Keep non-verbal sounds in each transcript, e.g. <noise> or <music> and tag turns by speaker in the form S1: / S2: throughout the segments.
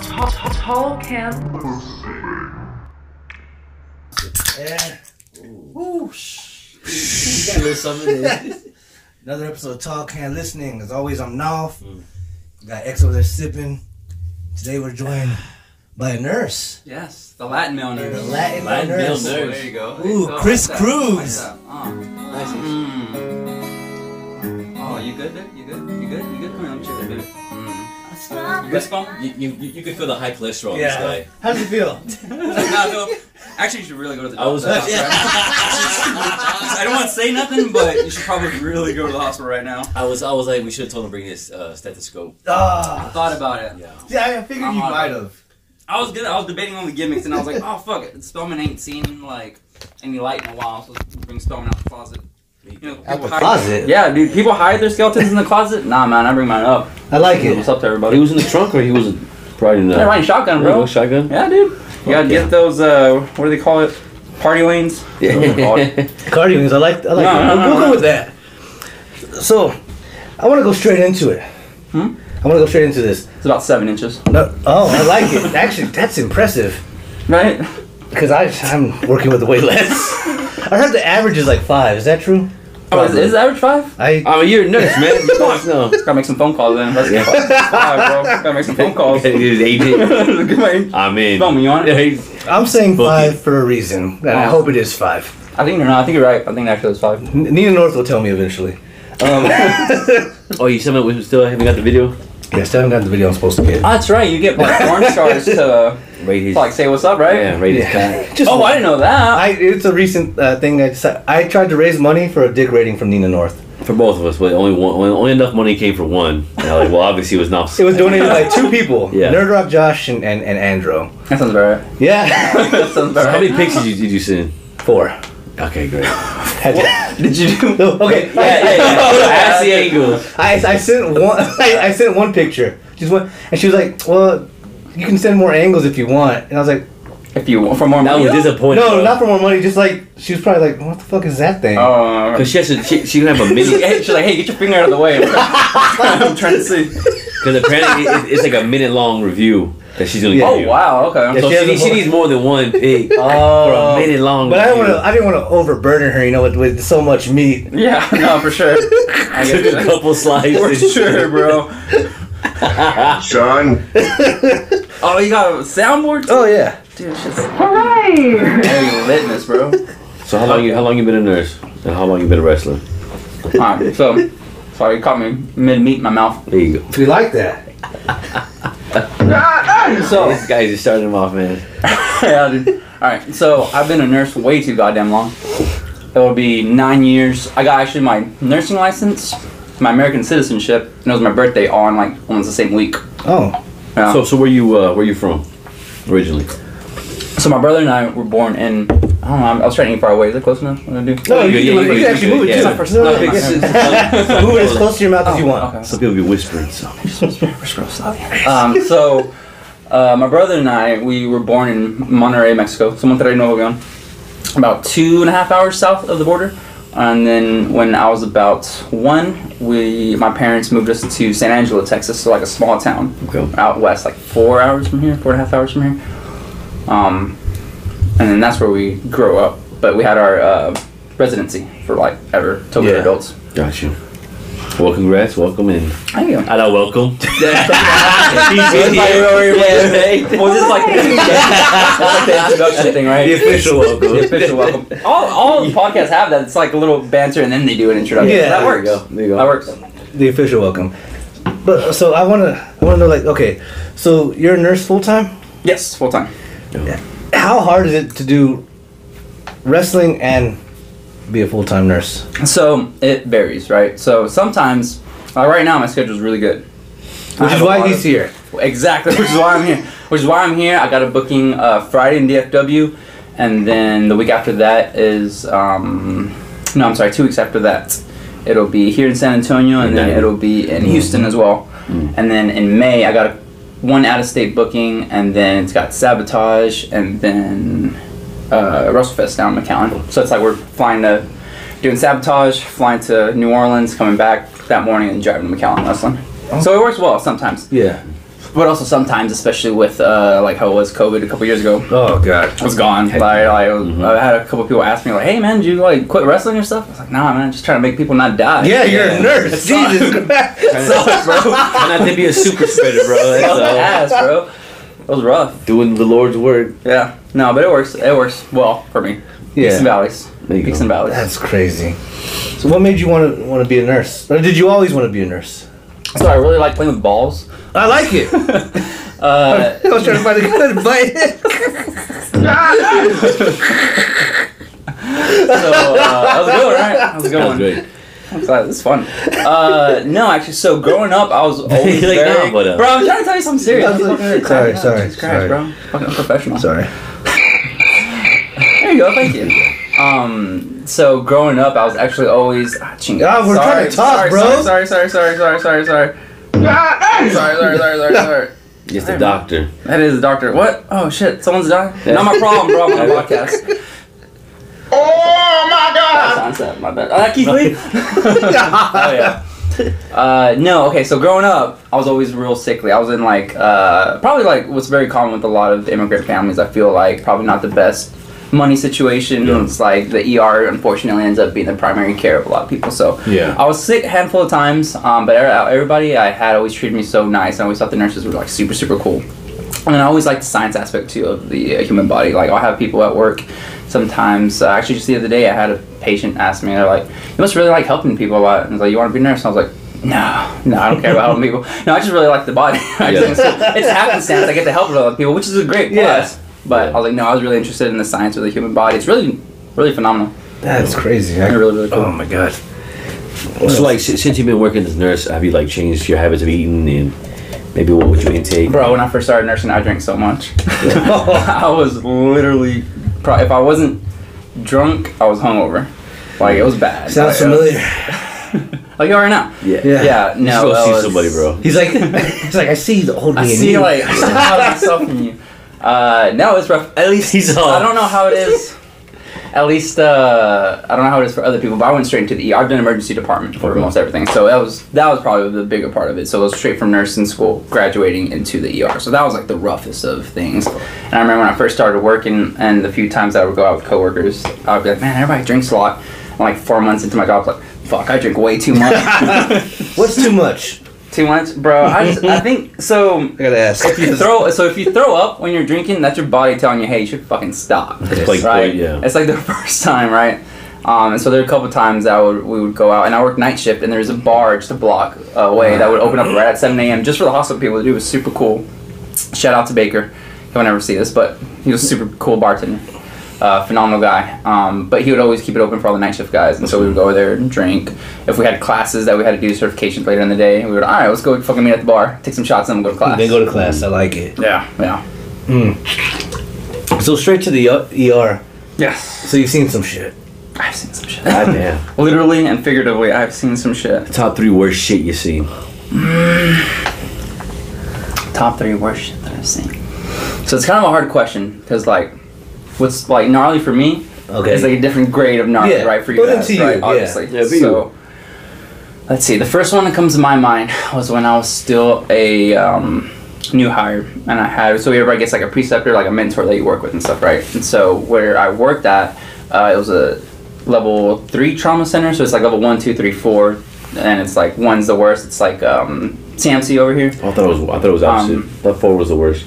S1: Tall can.
S2: Yeah. <laughs> Whoosh.
S3: You got a little something in there.
S2: Another episode of Tall Can Listening. As always, I'm Nolf.
S1: Mm.
S2: We Got X over there sipping. Today we're joined by a nurse.
S1: Yes, the Latin male nurse.
S2: The Latin,
S3: Latin male
S2: nurse.
S3: nurse.
S1: There you go.
S2: Ooh,
S1: There you go.
S2: Chris
S1: Like that.
S2: Cruz.
S1: Like that. Uh.
S3: Nice.
S1: Mm. Oh, you good, dude? You good? You good? You good? Come on, let me check that baby. Mm. Fist bump?
S3: You, you, you you could feel the high cholesterol in this guy.
S2: How does it
S1: <laughs>
S2: feel?
S1: Nah, no. Actually, you should really go to the
S3: I was-
S1: doctor. <laughs> I don't want to say nothing, but you should probably really go to the hospital right now.
S3: I was I was like, we should have told him to bring his uh, stethoscope.
S2: Ah.
S1: Thought about it.
S3: Yeah.
S2: Yeah, I figured
S1: I'm
S2: you
S1: on it.
S2: might have.
S1: I was good. I was debating on the gimmicks, and I was like, oh fuck it, Spellman ain't seen like any light in a while, so let's bring Spellman out the closet. You know, people hide- Yeah, dude, people hide their skeletons in the closet. Nah, man, I bring mine up.
S2: I like
S1: What's up to everybody?
S4: He was in the trunk or he was probably in the
S1: Yeah, riding shotgun, bro.
S3: <laughs>
S4: shotgun?
S1: Yeah, dude. You gotta get those. Uh, what do they call it? Party lanes.
S2: Cardi wings. I like. I like.
S1: No,
S2: it.
S1: no,
S2: I'm
S1: no,
S2: we'll
S1: no.
S2: go with that. So, I want to go straight into it.
S1: Hmm?
S2: I want to go straight into this.
S1: It's about seven inches,
S2: No, oh, I like it. Actually, that's impressive.
S1: right?
S2: Because I'm working with way <laughs> less. I heard the average is like five. Is that true?
S1: Oh, is, is the average five?
S2: I
S4: I mean, you're a nurse,
S1: <laughs>
S4: man. Come on. No.
S1: Gotta make some phone calls then. Let's get five, bro. Gotta make some phone calls. <laughs>
S4: It
S3: <laughs>
S4: is agent.
S1: Look at my-
S4: I mean,
S1: Spell me on it.
S2: I'm saying
S4: Book
S2: five for a reason, and I hope it is five.
S1: I think you're not. I think you're right. I think actually it's five.
S2: N- Nina North will tell me eventually. Um,
S4: <laughs> oh, you somehow we still haven't got the video?
S2: yes, I haven't gotten the video I'm supposed to get.
S1: Oh, that's right. You get like porn stars to
S4: Right his,
S1: like say what's up, right?
S4: yeah, right his back.
S2: <laughs> Just
S1: Oh, I
S2: one.
S1: didn't know that.
S2: I, it's a recent uh, thing. I decided, I tried to raise money for a dig rating from Nina North.
S4: For both of us, but only one, only, only enough money came for one. And I was like, well, obviously it was not.
S2: It was <laughs> donated by two people:
S4: Yeah.
S2: Nerd Rock Josh and, and, and Andro.
S1: that sounds about right. <laughs>
S2: Yeah,
S1: That sounds
S4: How
S1: about
S4: many
S1: right.
S4: pics did you, did you send?
S2: four. <laughs>
S4: Okay, great.
S2: Had to-
S1: Did you do?
S2: No, <laughs> okay,
S4: Yeah, yeah, yeah. Ask the angles.
S2: I, I sent one. <laughs> I, I sent one picture, just one, and she was like, "Well, you can send more angles if you want." And I was like,
S1: If you want for more
S4: That
S1: money.
S4: was disappointing.
S2: "No, not for more money. Just like she was probably like, what the fuck is that thing?"
S1: Oh,
S4: Because she has to, she, she would have a
S2: <laughs>
S1: She-
S4: mini.
S1: hey, she's like, hey, get your finger out of the way. <laughs> I'm trying to see.
S4: Because apparently it, it- it's like a minute long review that she's going to
S2: Yeah.
S4: give
S1: Oh
S4: you.
S1: wow,
S2: Yeah,
S1: okay. Uh,
S2: she
S4: So she,
S2: has a
S4: needs, she
S2: whole-
S4: needs more than one pig
S2: <laughs> Oh.
S4: for a minute long.
S2: But I don't want
S4: review.
S2: to.
S4: <laughs>
S2: I didn't want to overburden her, you know, with, with so much meat.
S1: Yeah, <laughs> no, for sure. I get
S4: took a
S1: it.
S2: <laughs>
S4: couple slices.
S1: For sure, bro.
S5: Sean,
S1: Oh, you got a soundboard?
S2: Oh yeah,
S1: Dude, shit's very litness, bro.
S4: So how long you how long you been a nurse and how long you been a wrestler?
S1: Alright, so sorry, you caught me mid meat in my mouth.
S4: There you go.
S2: we like that. Oh.
S1: So
S4: This guy just starting him off, man.
S1: <laughs> yeah, dude. Alright, so I've been a nurse way too goddamn long. It'll be nine years. I got actually my nursing license, my American citizenship, and it was my birthday on like almost the same week.
S2: Oh,
S1: Yeah.
S4: So so where you uh, where you from originally?
S1: So my brother and I were born in. I don't know. I was trying to eat far away. Is it close enough? What do I do?
S2: no, you,
S4: you-
S2: can you
S4: you- you-
S2: can
S4: you-
S2: actually move it
S4: yeah.
S2: too.
S4: It's
S1: not for-
S2: No,
S1: no,
S2: no,
S1: no,
S2: it's- move it as close to your mouth as you want.
S1: <laughs> Okay.
S4: Some people get whispering. So
S1: Um, so uh, my brother and I, we were born in Monterrey, Mexico. So Monterrey, Nuevo León, about two and a half hours south of the border. And then when I was about one, we my parents moved us to San Angelo, Texas, so like a small town
S4: okay.
S1: out west, like four hours from here, four and a half hours from here. Um, and then that's where we grew up. But we had our uh, residency for like ever till we were
S2: Yeah.
S1: adults.
S4: Got you. Well, congrats, welcome in.
S1: Thank you.
S4: I know, <laughs> welcome.
S1: <laughs> Well, this is like the, <laughs> like the introduction thing, right?
S4: The official welcome.
S1: The <laughs> official welcome. All, all the podcasts have that. It's like a little banter, and then they do an introduction.
S2: Yeah.
S1: that
S2: There
S1: works.
S4: you go. There you go.
S1: That works.
S2: The official welcome. But so I want to. I want to know, like, okay, so you're a nurse full time.
S1: Yes, full time.
S2: How hard is it to do wrestling and be a full time nurse?
S1: So it varies, right? So sometimes, like right now, my schedule is really good. I
S2: Which
S1: have
S2: is
S1: a
S2: why
S1: lot
S2: he's
S1: of-
S2: here.
S1: Exactly, which is why I'm here. Which is why I'm here. I got a booking uh, Friday in DFW, and then the week after that is um, no, I'm sorry, two weeks after that, it'll be here in San Antonio, and then
S4: Okay.
S1: it'll be in Houston as well. And then in May, I got a, one out-of-state booking, and then it's got sabotage, and then uh, Russellfest down in McAllen. So it's like we're flying to doing sabotage, flying to New Orleans, coming back that morning, and driving to McAllen wrestling. So it works well sometimes.
S2: Yeah.
S1: But also sometimes, especially with uh, like how it was COVID a couple years ago,
S4: Oh god.
S1: I was gone. Like, I,
S4: Mm-hmm.
S1: I had a couple people ask me like, "Hey man, did you like quit wrestling or stuff?" I was like, "Nah, man, just trying to make people not die." <laughs>
S4: Yeah, you're
S2: Yeah.
S4: a nurse. Jesus Christ.
S6: <laughs>
S1: sucks, bro.
S2: Not to be a super spreader, bro. That's <laughs>
S1: Sucks
S2: all.
S1: ass, bro. It was rough.
S4: Doing the Lord's work.
S1: Yeah. No, but it works. It works well for me. Peaks and valleys.
S4: There you
S1: Peaks
S4: go.
S1: and valleys.
S6: That's crazy. So what made you want to want to be a nurse? Or did you always want to be a nurse?
S1: So I really like playing with balls.
S6: I like <laughs> it.
S1: Uh,
S6: I was trying to find a good bite.
S1: so uh,
S4: <laughs>
S1: that was a good one, right? That was a good
S4: That
S1: one.
S4: was great.
S1: I'm glad. This is fun. Uh, no, actually, so growing up, I
S4: <laughs>
S1: was always
S4: Like,
S1: very...
S4: nah, but, uh,
S1: bro, I'm trying to tell you something serious.
S6: No, it's
S1: Fucking
S6: okay.
S1: clap
S6: Sorry,
S1: it up.
S6: sorry,
S1: Jesus Christ,
S6: sorry.
S1: bro. Fucking
S6: <laughs> <laughs>
S1: professional.
S6: Sorry.
S1: There you go. Thank you. Um, so growing up, I was actually always. Ah, ching,
S6: Ah, we're
S1: sorry,
S6: trying to talk,
S1: sorry,
S6: bro.
S1: Sorry, sorry, sorry, sorry, sorry, sorry. Ah, sorry, sorry, sorry, sorry, sorry.
S4: It's the doctor.
S1: That is the doctor. What? Oh shit! Someone's dying. Not my problem, bro. I'm on a podcast. Oh my god! That's onset. My bad. Uh, Keith Lee. oh yeah. Uh, no, okay. So growing up, I was always real sickly. I was in like uh, probably like what's very common with a lot of immigrant families. I feel like probably not the best money situation. It's like the ER unfortunately ends up being the primary care of a lot of people. So
S4: Yeah.
S1: I was sick a handful of times, um, but er- everybody I had always treated me so nice. I always thought the nurses were like super super cool. And I always liked the science aspect too of the uh, human body. Like I'll have people at work sometimes. Uh, actually, just the other day, I had a patient ask me, they're like, "You must really like helping people a lot." And I was like, "You want to be a nurse?" And I was like, "No, no, I don't care about helping people. No, I just really like the body. <laughs> I just, it's happenstance. I get to help a lot of people, which is a great
S6: Yeah.
S1: plus." But I was like, "No, I was really interested in the science of the human body. It's really, really phenomenal.
S6: That's crazy. oh
S1: Really, really cool."
S6: my god.
S4: So like si- since you've been working as a nurse, have you like changed your habits of eating and maybe what would you intake?
S1: Bro, when I first started nursing, I drank so much. <laughs> I was literally, pro- if I wasn't drunk, I was hungover. Like it was bad.
S6: Sounds
S1: Like, it was-
S6: familiar.
S1: Like you are right now.
S4: Yeah.
S6: Yeah.
S1: Yeah.
S4: You
S1: No. that
S4: should go see
S1: was-
S4: somebody, bro.
S6: He's like, <laughs> he's like, I see the old me.
S1: I
S6: in
S1: see,
S6: you.
S1: like, <laughs> I see how myself in you. Uh, no, it's rough. At least
S4: He's uh, all-
S1: I don't know how it is. <laughs> At least uh, I don't know how it is for other people, but I went straight into the ER. I've done emergency department for
S4: Okay.
S1: almost everything, so that was that was probably the bigger part of it. So it was straight from nursing school, graduating into the ER. So that was like the roughest of things. And I remember when I first started working, and the few times I would go out with coworkers, I'd be like, "Man, everybody drinks a lot." And like four months into my job, I was like, "Fuck, I drink way too much, <laughs>
S6: What's too much?
S1: too much, bro." I just, I think so
S6: I gotta ask.
S1: if you throw so if you throw up when you're drinking, that's your body telling you, hey, you should fucking stop.
S4: It's like,
S1: right?
S4: yeah.
S1: It's like the <laughs> first time, right? Um, and so there were a couple times that I would, we would go out, and I worked night shift, and there was a bar just a block away that would open up right at 7 a.m. just for the hospital people. It was super cool. Shout out to Baker. He'll never see this, but he was a super cool bartender. Uh, phenomenal guy. Um, but he would always keep it open for all the night shift guys, and so we would go over there and drink. If we had classes that we had to do certifications later in the day, we would, all right, let's go fucking meet at the bar, take some shots, and then we'll go to class.
S6: Then go to class. I like it.
S1: yeah, yeah.
S6: So straight to the ER.
S1: Yes.
S6: So you've seen some shit.
S1: I've seen some shit.
S4: <laughs> God
S1: <laughs>
S4: damn.
S1: Literally and figuratively, I've seen some shit.
S4: Top three worst shit you seen.
S1: Top three worst shit that I've seen. So it's kind of a hard question because, like, what's like gnarly for me
S6: Okay.
S1: is like a different grade of gnarly,
S6: Yeah,
S1: right? For you
S6: put it
S1: guys,
S6: to you,
S1: right?
S6: yeah.
S1: Obviously.
S4: Yeah, for you.
S1: so, let's see. The first one that comes to my mind <laughs> was when I was still a um, new hire, and I had so everybody gets like a preceptor, like a mentor that you work with and stuff, right? And so where I worked at, uh, it was a level three trauma center, so it's like level one, two, three, four, and it's like one's the worst. It's like um, CMC over here.
S4: I thought it was I thought it was opposite.
S1: Um,
S4: I thought four was
S1: <laughs>
S4: the worst.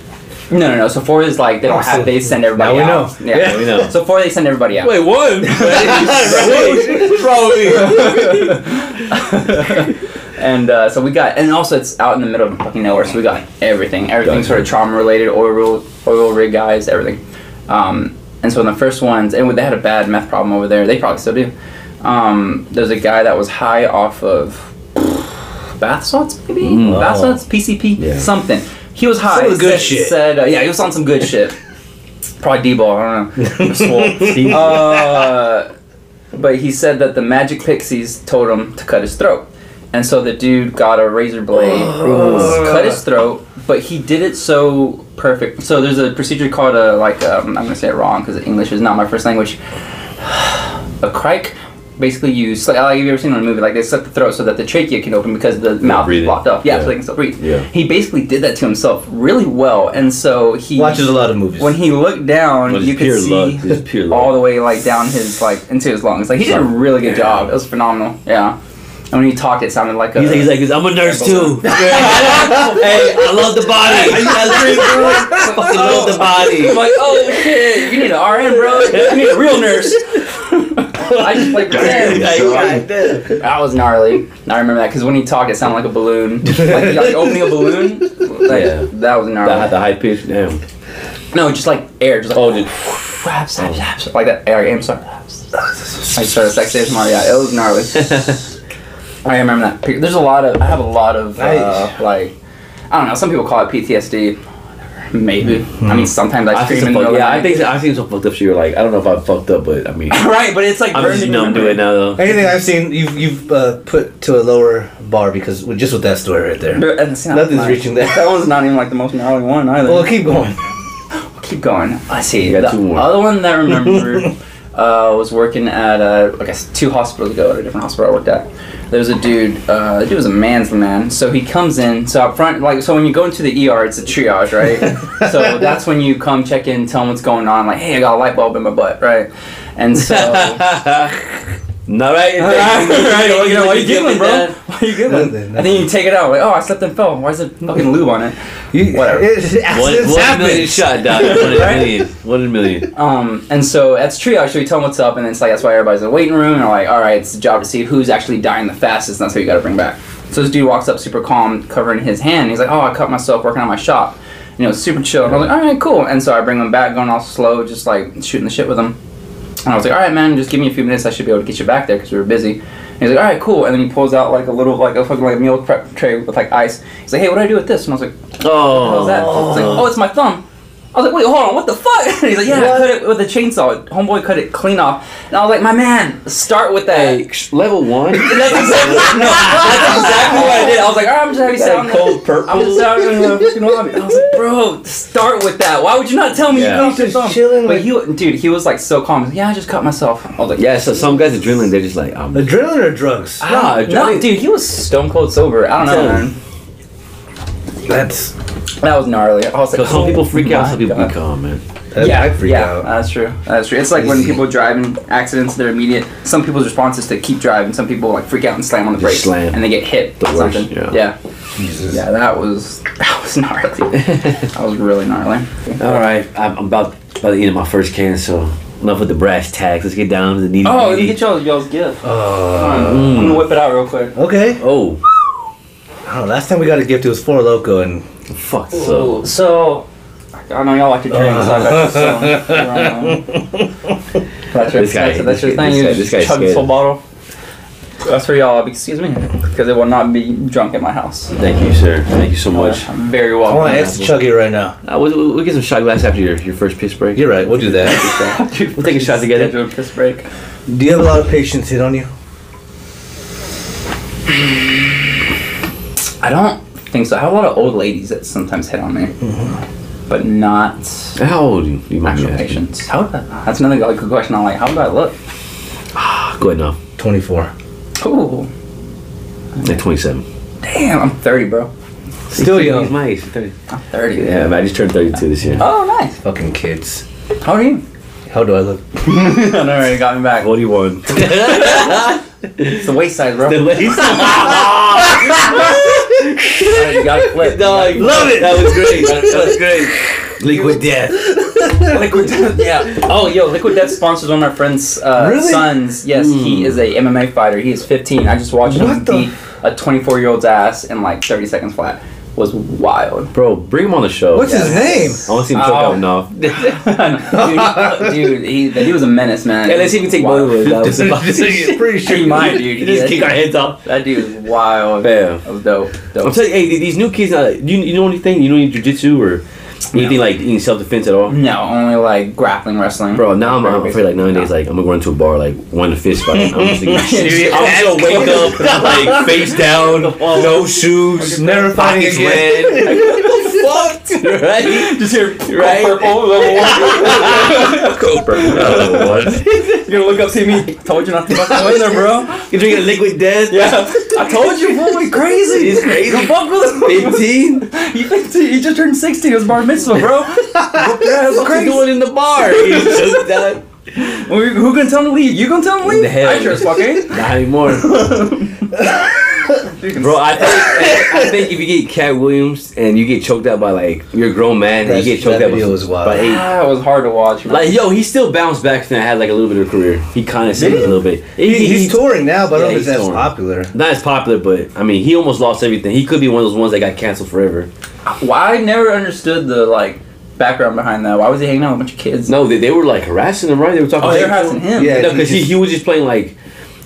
S1: No, no, no. So four is like they don't
S6: Oh, so
S1: have. They send
S6: now
S1: everybody
S6: we
S1: out.
S6: know.
S1: Yeah.
S4: Now we know.
S1: So four, they send everybody out. <laughs>
S4: one? <laughs>
S1: And uh, so we got, and also it's out in the middle of fucking nowhere, so we got everything, everything
S4: Gotcha.
S1: sort of trauma related, oil oil rig guys, everything. Um, and so in the first ones, and they had a bad meth problem over there. They probably still do. Um, there was a guy that was high off of bath salts, maybe
S4: Mm.
S1: bath
S6: Oh.
S1: salts, PCP,
S4: Yeah.
S1: something. He was high.
S6: Some of the good
S1: said,
S6: shit.
S1: Said, uh, yeah, he was on some good shit. Probably D-ball. I
S6: <laughs>
S1: don't know. Um, Uh, but he said that the magic pixies told him to cut his throat. And so the dude got a razor blade,
S2: Oh.
S1: cut his throat, but he did it so perfect. So there's a procedure called a, like, um, I'm going to say it wrong because English is not my first language, a crike basically you slit. Like you've ever seen in a movie, like they slit the throat so that the trachea can open because the mouth is
S4: breathing.
S1: blocked up. Yeah,
S4: Yeah.
S1: so they can still breathe.
S4: Yeah.
S1: He basically did that to himself really well, and so he
S2: Watches a lot of movies.
S1: When he looked down,
S4: But it's
S1: you could
S4: pure
S1: see <laughs>
S4: luck. It's pure luck.
S1: all the way like down his like into his lungs. Like he did a really good job. It was phenomenal. Yeah. And when he talked, it sounded like a.
S4: He's like, he's like, he's- I'm a nurse too. hey, <laughs> I love the body. I fucking love the
S1: I'm
S4: body.
S1: like, oh shit, you need an RN, bro. You need a real nurse. <laughs> I just
S4: <laughs>
S1: like pretend.
S4: Like,
S1: That was gnarly. I remember that because when he talked, it sounded like a balloon, like, like opening a balloon. Like,
S4: Yeah.
S1: that was gnarly.
S4: I had the high pitch. <laughs> Damn.
S1: No, just like air, just like
S4: Oh,
S1: rap, zap, zap, zap, like that. Air, I'm
S4: <laughs>
S1: sorry. I started sex days tomorrow. Yeah, it was gnarly. I remember that. pic- There's a lot of. I have a lot of uh,
S6: Nice.
S1: like. I don't know. Some people call it PTSD. Maybe. I mean, sometimes I
S4: Mm. I
S1: scream
S4: think
S1: in the middle
S4: some fuck,
S1: of the
S4: yeah, I
S1: night.
S4: think I've seen some fucked up shit. You're like, I don't know if <laughs> I'm fucked up, but I
S1: <laughs>
S4: mean,
S1: right, but it's like
S4: I'm just
S1: burned
S4: numb to
S1: memory.
S4: it now. <laughs> Though.
S6: Anything I've seen, you've you've uh, put to a lower bar because well, just with that story right there.
S1: But- and it's not-
S6: Nothing's
S1: like-
S6: reaching that.
S1: <laughs> That one's not even like the most gnarly one either.
S6: Well, keep going.
S1: keep going. I see.
S4: You got
S1: the
S4: two more.
S1: other one that I remember uh, was working at uh, I guess two hospitals ago at a different hospital I worked at. There was a dude. Uh, the dude was a man's man. So he comes in. So up front, like so when you go into the ER, it's a triage, right? so that's when you come check in, tell them what's going on. Like, hey, I got a light bulb in my butt, right? And so. <laughs>
S4: Not <laughs>
S1: Right,
S4: right.
S1: right, well, you know, why
S4: you
S1: you giggling, bro?
S4: that.
S1: Why you giggling?
S6: Nothing,
S1: And then you take it out, like, oh, I slept and fell. Why is there fucking lube on it?
S6: You,
S1: Whatever.
S6: It, it,
S4: One,
S6: accidents
S4: one
S6: happen.
S4: million shot, dog. One <laughs> in a
S1: Right?
S4: million. One in a million.
S1: Um, and so that's triage. So we tell them what's up, and it's like that's why everybody's in the waiting room. And they're like, all right, it's the job to see who's actually dying the fastest. And that's what you got to bring back. So this dude walks up, super calm, covering his hand. He's like, oh, I cut myself working on my shop. You know, super chill. And I was like, all right, cool. And so I bring him back, going all slow, just like shooting the shit with him. And I was like, all right, man, just give me a few minutes. I should be able to get you back there because we were busy. And he's like, all right, cool. And then he pulls out like a little, like a fucking like meal prep tray with like ice. He's like, hey, what do I do with this? And I was like, How's
S4: Oh,
S1: that? It's like, oh, it's my thumb. I was like, wait, hold on, what the fuck? <laughs> And he's like, yeah, I cut it with a chainsaw. Homeboy cut it clean off. And I was like, my man, start with that.
S4: Hey, <laughs> level one.
S1: And <laughs> that's exactly, no, that's exactly what I did. I was like, all right, I'm just having sound.
S4: cold purple.
S1: <laughs> I'm just sound. I'm fucking lobby. I was like, bro, start with that. Why would you not tell me
S4: Yeah.
S1: you cut off your
S6: He's
S1: thumb?
S6: just chilling
S1: but
S6: with-
S1: he, dude, he was like so calm. He's like, yeah, I just cut myself. I was like,
S4: Yeah, so some guys adrenaline, they're just like, um, I'm
S6: Adrenaline or drugs?
S4: nah,
S1: no,
S4: adrenaline-
S1: dude, he was stone cold sober. I don't know, man.
S6: That's,
S1: That was gnarly. I was like,
S4: Because some
S1: oh
S4: people freak out, some
S1: my
S4: people
S1: God.
S4: be calm, <laughs> man.
S6: that's yeah, I freak
S1: yeah, Uh,
S6: out.
S1: That's true. That's true. It's like when
S6: Crazy.
S1: people drive in accidents, they're immediate. Some people's response is to keep driving. Some people like freak out and slam on the brakes,
S4: Just slam.
S1: and they get hit.
S4: The
S1: or
S4: worst,
S1: something.
S4: yeah.
S1: yeah,
S6: Jesus.
S1: Yeah, That was <laughs> that was gnarly. that was really gnarly.
S4: All right, I'm I'm about about the end of my first can, so enough with the brass tags. Let's get down to the
S1: <laughs>
S4: nitty
S1: Oh,
S4: oh,
S1: let me get y'all's y'all's gift.
S6: Uh,
S1: I'm gonna whip it out real quick.
S6: okay.
S4: oh,
S6: I don't know. Last time we got a gift, it was Four Loco, and
S4: fuck. So
S1: Ooh, so I know y'all like to drink, so I got you some.
S4: <laughs>
S1: Um, That's your,
S4: This guy-
S1: that's, that's your
S4: this
S1: thing.
S4: guy-
S1: you
S4: this
S1: just
S4: guy- this guy's
S1: chug this
S4: scared.
S1: whole bottle. That's for y'all. Excuse me, because it will not be drunk at my house.
S4: thank you, sir. Thank you so much.
S1: I'm very
S6: I
S1: welcome.
S6: want to extra chug it right now.
S4: Uh, we'll, we'll- we'll get some shot glass after your, your first piss break.
S6: You're
S4: <laughs>
S6: right. We'll do
S1: <laughs>
S6: that.
S4: We'll take a shot together.
S1: Schedule a piss break.
S6: do you have a lot of patience hit on you?
S1: I don't think so. I have a lot of old ladies that sometimes hit on me, but not
S4: How old you, you might be
S1: actual
S4: asking?
S1: patients. How would I, that's another good question. I'm like, how do I look?
S4: Ah, Go ahead now.
S6: 24.
S1: Oh,
S4: At 27.
S1: damn! I'm 30, bro.
S6: Still
S4: He's-
S6: young. Uh,
S4: He's my age. he's 30.
S1: I'm 30.
S4: Yeah, man, I just turned 32 this year.
S1: Oh, nice.
S6: Fucking kids.
S1: How are you? <laughs>
S6: How do I look?
S1: I know already got me back.
S4: 41. <laughs>
S1: It's the waist size, bro. Alright, you got it flipped.
S4: Dog, love it. That was great. That was great.
S6: Liquid death.
S1: Liquid Death. Yeah. Oh, yo, Liquid Death sponsors one of my friend's uh,
S6: Really? Hmm.
S1: sons. Yes, he is a MMA fighter. He is 15. I just watched him
S6: What the-
S1: beat a 24 year old's ass in like 30 seconds flat. Was wild.
S4: Bro, bring him on the show.
S6: What's his name?
S4: I want to see him choke
S1: Oh.
S4: out
S1: <laughs>
S4: one off.
S1: dude, he, dude he, that- he was a menace, man.
S4: Hey, let's see if we take
S1: Wild.
S4: both of us. That was about
S6: pretty
S1: He might, dude. He
S4: <laughs> Just kick our heads off.
S1: That dude is wild.
S4: Bam.
S1: That was dope.
S4: I'm
S1: Dope.
S4: telling you, hey, these new kids, uh, you, you know anything? You know any jujitsu or anything like any self defense at all?
S1: No, only like grappling wrestling.
S4: Bro, now Mm-hmm. I'm, I'm afraid like nowadays, like I'm gonna go into a bar, like win a fist fight. I'm <laughs> just, like, I'm just gonna wake up <laughs> like face down, no shoes,
S6: Never fighting
S4: pockets <laughs>
S6: again.
S4: red. Like, what the <laughs> right?
S1: Just here,
S4: Right?
S6: Oh,
S1: Purple, level one.
S4: Code purple. <laughs> Level one.
S1: <laughs> You're gonna look up, see me. Told you not to fucking
S6: <laughs>
S1: go in there, bro.
S4: You drinking liquid death?
S1: Yeah, I told you, boy, we crazy.
S4: He's crazy. <laughs>
S1: Don't fuck with him.
S4: 15?
S1: He, 15, he just turned 16. It was bar mitzvah, bro.
S4: <laughs>
S1: yeah,
S4: What's he doing in the <laughs> bar? He's just done.
S1: Who gonna tell him to leave? You gonna tell him to leave?
S4: The hell.
S1: I sure as fuck ain't.
S4: Not
S1: <laughs>
S4: anymore. Bro, I think, I think if you get Cat Williams and you get choked out by like you're a grown man and you
S2: That's-
S4: get choked
S2: that
S4: out by,
S2: video was wild.
S4: by eight
S1: Ah, it was hard to watch, man.
S4: Like yo, he still bounced back and had like a little bit of a career. He kind of saved
S2: Did
S4: a
S2: he?
S4: little bit. He,
S2: he's
S4: he's
S2: touring now, but I don't
S4: Yeah,
S2: think
S4: he's
S2: that's
S4: touring.
S2: popular.
S4: not as popular, but I mean, he almost lost everything. He could be one of those ones that got canceled forever.
S1: Why I never understood the like background behind that. Why was he hanging out with a bunch of kids?
S4: No, they, they were like harassing him, right? They were talking.
S1: Oh,
S4: shit
S1: they're
S4: to him.
S1: harassing him.
S2: Yeah.
S4: No, because he, he was just playing like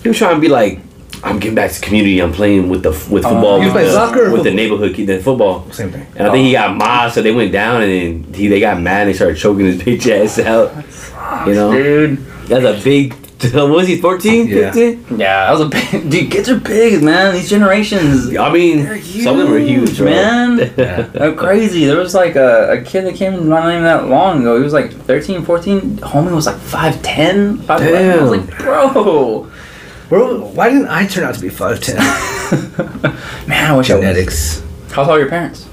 S4: he was trying to be like, I'm getting back to community. I'm playing with the f-
S2: Oh.
S4: with football.
S1: you
S4: with
S1: play
S4: the,
S2: soccer or
S4: with the
S2: football?
S4: neighborhood kid, then football.
S6: Same thing.
S4: And I think he got mobbed, so they went down, and then he they got mad and started choking his <laughs> bitch ass out. You know,
S1: Ah, Dude,
S4: that's a big. <laughs> What was he? 14?
S2: Yeah.
S4: 15?
S1: yeah, that was a big <laughs> dude. Kids are big, man. These generations,
S4: I mean,
S1: they're huge,
S4: some of them were huge, bro. <laughs>
S1: man.
S2: <laughs> Yeah.
S1: They're crazy. There was like a, a kid that came in not even that long ago. He was like 13, 14. Homie was like 5'10, 5'11. I was like, bro.
S2: Bro, why didn't I turn out to be 5'10?
S1: Man, I wish
S2: Genetics.
S1: I was. How tall are your parents?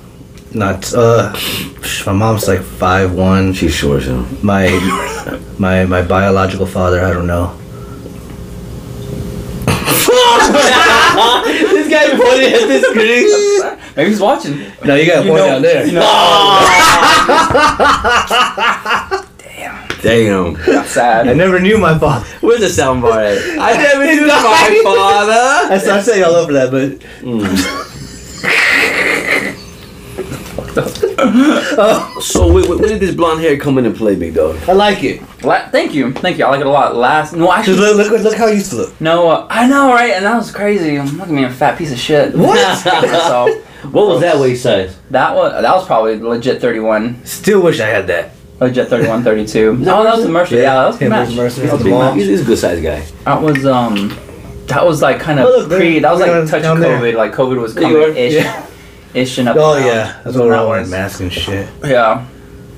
S2: Not, uh, psh, my mom's like 5'1.
S4: She's short, so.
S2: My, my, my biological father, I don't know.
S4: this guy pointed at <laughs> this critic.
S1: Maybe he's watching.
S2: No, you got a
S1: You
S2: point
S1: know-
S2: down there.
S1: you know,
S4: Damn.
S1: that's sad.
S2: I never knew my <laughs> father.
S4: Where's the sound bar at? <laughs> I never knew my
S2: Right.
S4: father.
S2: I, I say all over that, but
S4: So wait, wait, when did this blonde hair come into play, big dog?
S2: I like it.
S1: La- thank you, thank you. I like it a lot. Last, no,
S2: Just
S1: actually,
S2: look, look, look how you used to look.
S1: no. Uh, I know, right? And that was crazy. Look at me, a fat piece of shit. <laughs>
S2: What? <laughs>
S1: so
S4: What was that waist size?
S1: that was that was probably legit thirty one,
S2: Still wish I had that.
S1: legit
S2: <laughs>
S1: 31, 32.
S4: that
S1: No, that was the Mercer. Yeah, that was the
S2: him
S1: match.
S2: versus Mercer
S1: That
S2: at the
S1: was the
S2: mall.
S1: match.
S4: He's, he's a good sized guy.
S1: That was um, that was like kind of
S2: Oh, look, there-
S1: pre. That was
S2: there
S1: like
S2: was
S1: touch
S2: down there.
S1: COVID. Like COVID was
S4: There you
S1: coming
S4: are.
S1: ish,
S2: Yeah.
S1: ish and up.
S2: Oh
S1: and down.
S2: yeah, that's what we're
S1: That
S2: all wearing
S1: was-
S2: masks and shit.
S1: Yeah,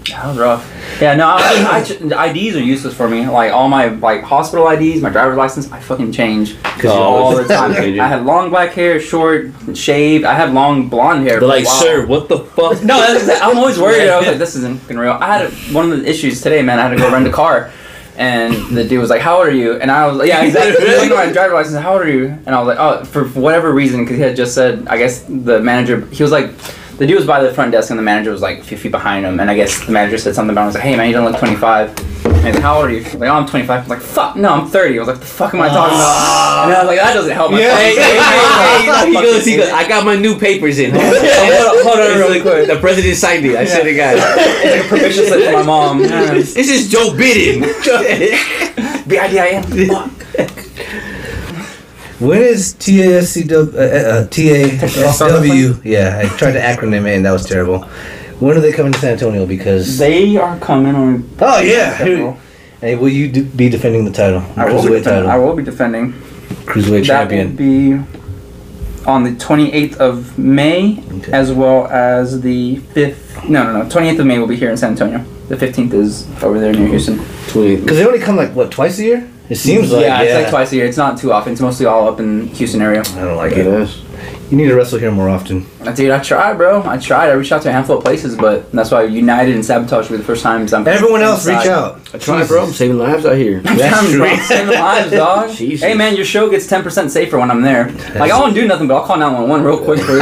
S1: that was rough. Yeah, no, I, I, ch- IDs are useless for me. Like all my like hospital IDs, my driver's license, I fucking change
S4: you
S1: all the
S4: always-
S1: time.
S4: Okay, dude.
S1: I had long black hair, short, shaved. I had long blonde hair.
S4: They're
S1: for a
S4: like,
S1: while.
S4: sir, what the fuck?
S1: No, that's, exa- I'm always worried. I was like, this isn't fucking real. I had a, one of the issues today, man. I had to go rent a car. And the dude was like, "How old are you?" And I was like, "Yeah, exactly." He looked at my driver's license. How old are you? And I was like, "Oh, for whatever reason, because he had just said, I guess the manager. He was like, the dude was by the front desk, and the manager was like 50 behind him. And I guess the manager said something about. Him. I was like, "Hey, man, you don't look 25." And he's like, "How old are you?" I'm like, "Oh, I'm 25." I'm like, "Fuck, no, I'm 30." I was like, "The fuck am I talking about?" And I was like, "That doesn't help." my
S2: Yeah.
S1: fucking
S4: Ah. Hey, hey, <laughs>
S1: <laughs> case."
S4: hey, hey, he goes, he goes, I got my new papers in. <laughs> Hold on, hold on, hold on really quick. The president signed it. I said it, <laughs> guys.
S1: It's like a permission slip to my
S4: <laughs>
S1: mom. Yeah.
S4: This is Joe <laughs> Biden.
S1: B I D I N. Fuck.
S2: When is TASCW? Uh, uh,
S1: <laughs>
S2: TASW? Yeah, I tried to acronym it and that was terrible. When are they coming to San Antonio? Because
S1: They are coming on.
S2: oh yeah, here- hey, will you do, be defending the title? The
S1: I will, be
S2: Cruiserweight
S1: defend- I
S2: title,
S1: will be defending.
S2: cruiserweight
S1: That will
S2: champion.
S1: be on the 28th of May,
S2: Okay.
S1: as well as the 5th. No, no, no. 28th of May will be here in San Antonio. The 15th is over there near Houston.
S4: Tweet.
S2: Because they only come like what twice a year? It seems like
S1: yeah, it's like twice a year. It's not too often. It's mostly all up in Houston area.
S2: I don't like it. You need to wrestle here more often.
S1: Dude, I tried, bro. I tried. I reached out to a handful of places, but that's why United and Sabotage were the first times I'm.
S2: Everyone else, reach
S1: inside.
S2: out.
S4: I tried, bro. I'm saving lives out here.
S2: That's true.
S1: Saving <laughs> lives, dog.
S4: Jesus.
S1: Hey, man, your show gets 10% safer when I'm there. Like, I won't do nothing, but I'll call 911 real quick for <laughs>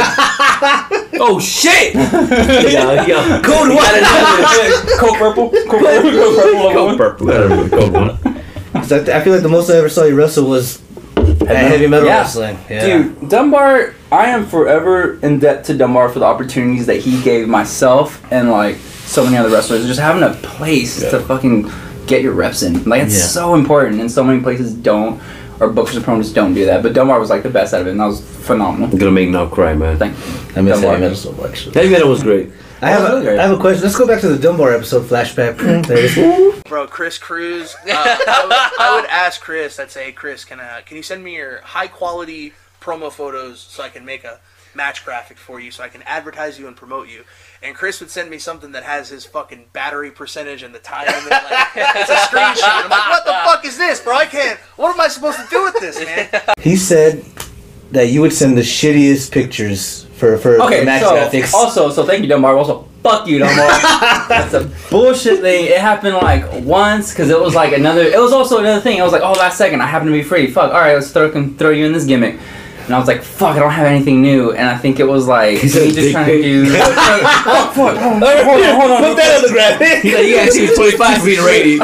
S4: Oh shit! <laughs> yo, yo. Code
S1: <laughs> Code purple. Code <laughs> purple. Code purple.
S4: Code
S1: level one.
S4: purple. Whatever, Code one.
S2: 'Cause I, I feel like the most I ever saw you wrestle was at heavy metal
S1: Yeah.
S2: wrestling. Yeah.
S1: Dude, Dunbar, I am forever in debt to Dunbar for the opportunities that he gave myself and like so many other wrestlers. Just having a place to fucking get your reps in. Like it's
S2: Yeah.
S1: so important and so many places don't or bookers and promoters don't do that. But Dunbar was like the best out of it and that was phenomenal.
S4: I'm gonna make now cry, man.
S1: Thank you.
S2: I miss
S1: Dunbar.
S2: heavy metal so much.
S4: Heavy metal was great.
S2: I have,
S1: Oh, okay.
S2: a, I have a question. Let's go back to the Dunbar episode
S1: <clears throat>
S2: flashback. There it is.
S7: Bro, Chris Cruz. Uh, I, would, I would ask Chris. I'd say, hey, Chris, can uh, can you send me your high quality promo photos so I can make a match graphic for you so I can advertise you and promote you. And Chris would send me something that has his fucking battery percentage and the time. And like, it's a screenshot. I'm like, what the fuck is this, bro? I can't. What am I supposed to do with this, man?
S2: He said that you would send the shittiest pictures for for
S1: Okay,
S2: Max
S1: so
S2: Graphics.
S1: also, so thank you, Dunbar. Also, fuck you, Dunbar. That's a bullshit thing. It happened like once because it was like another. It was also another thing. I was like, oh, last second, I happen to be free. Fuck. All right, let's throw can throw you in this gimmick. And I was like, fuck, I don't have anything new. And I think it was like
S4: He
S1: he's
S4: said
S1: just
S4: dick
S1: trying
S4: pic.
S1: to do. oh, fuck. Hold on, hold on, hold on.
S2: Put that on the graphic.
S1: He's like, you gotta see 25 feet
S4: <laughs> rating.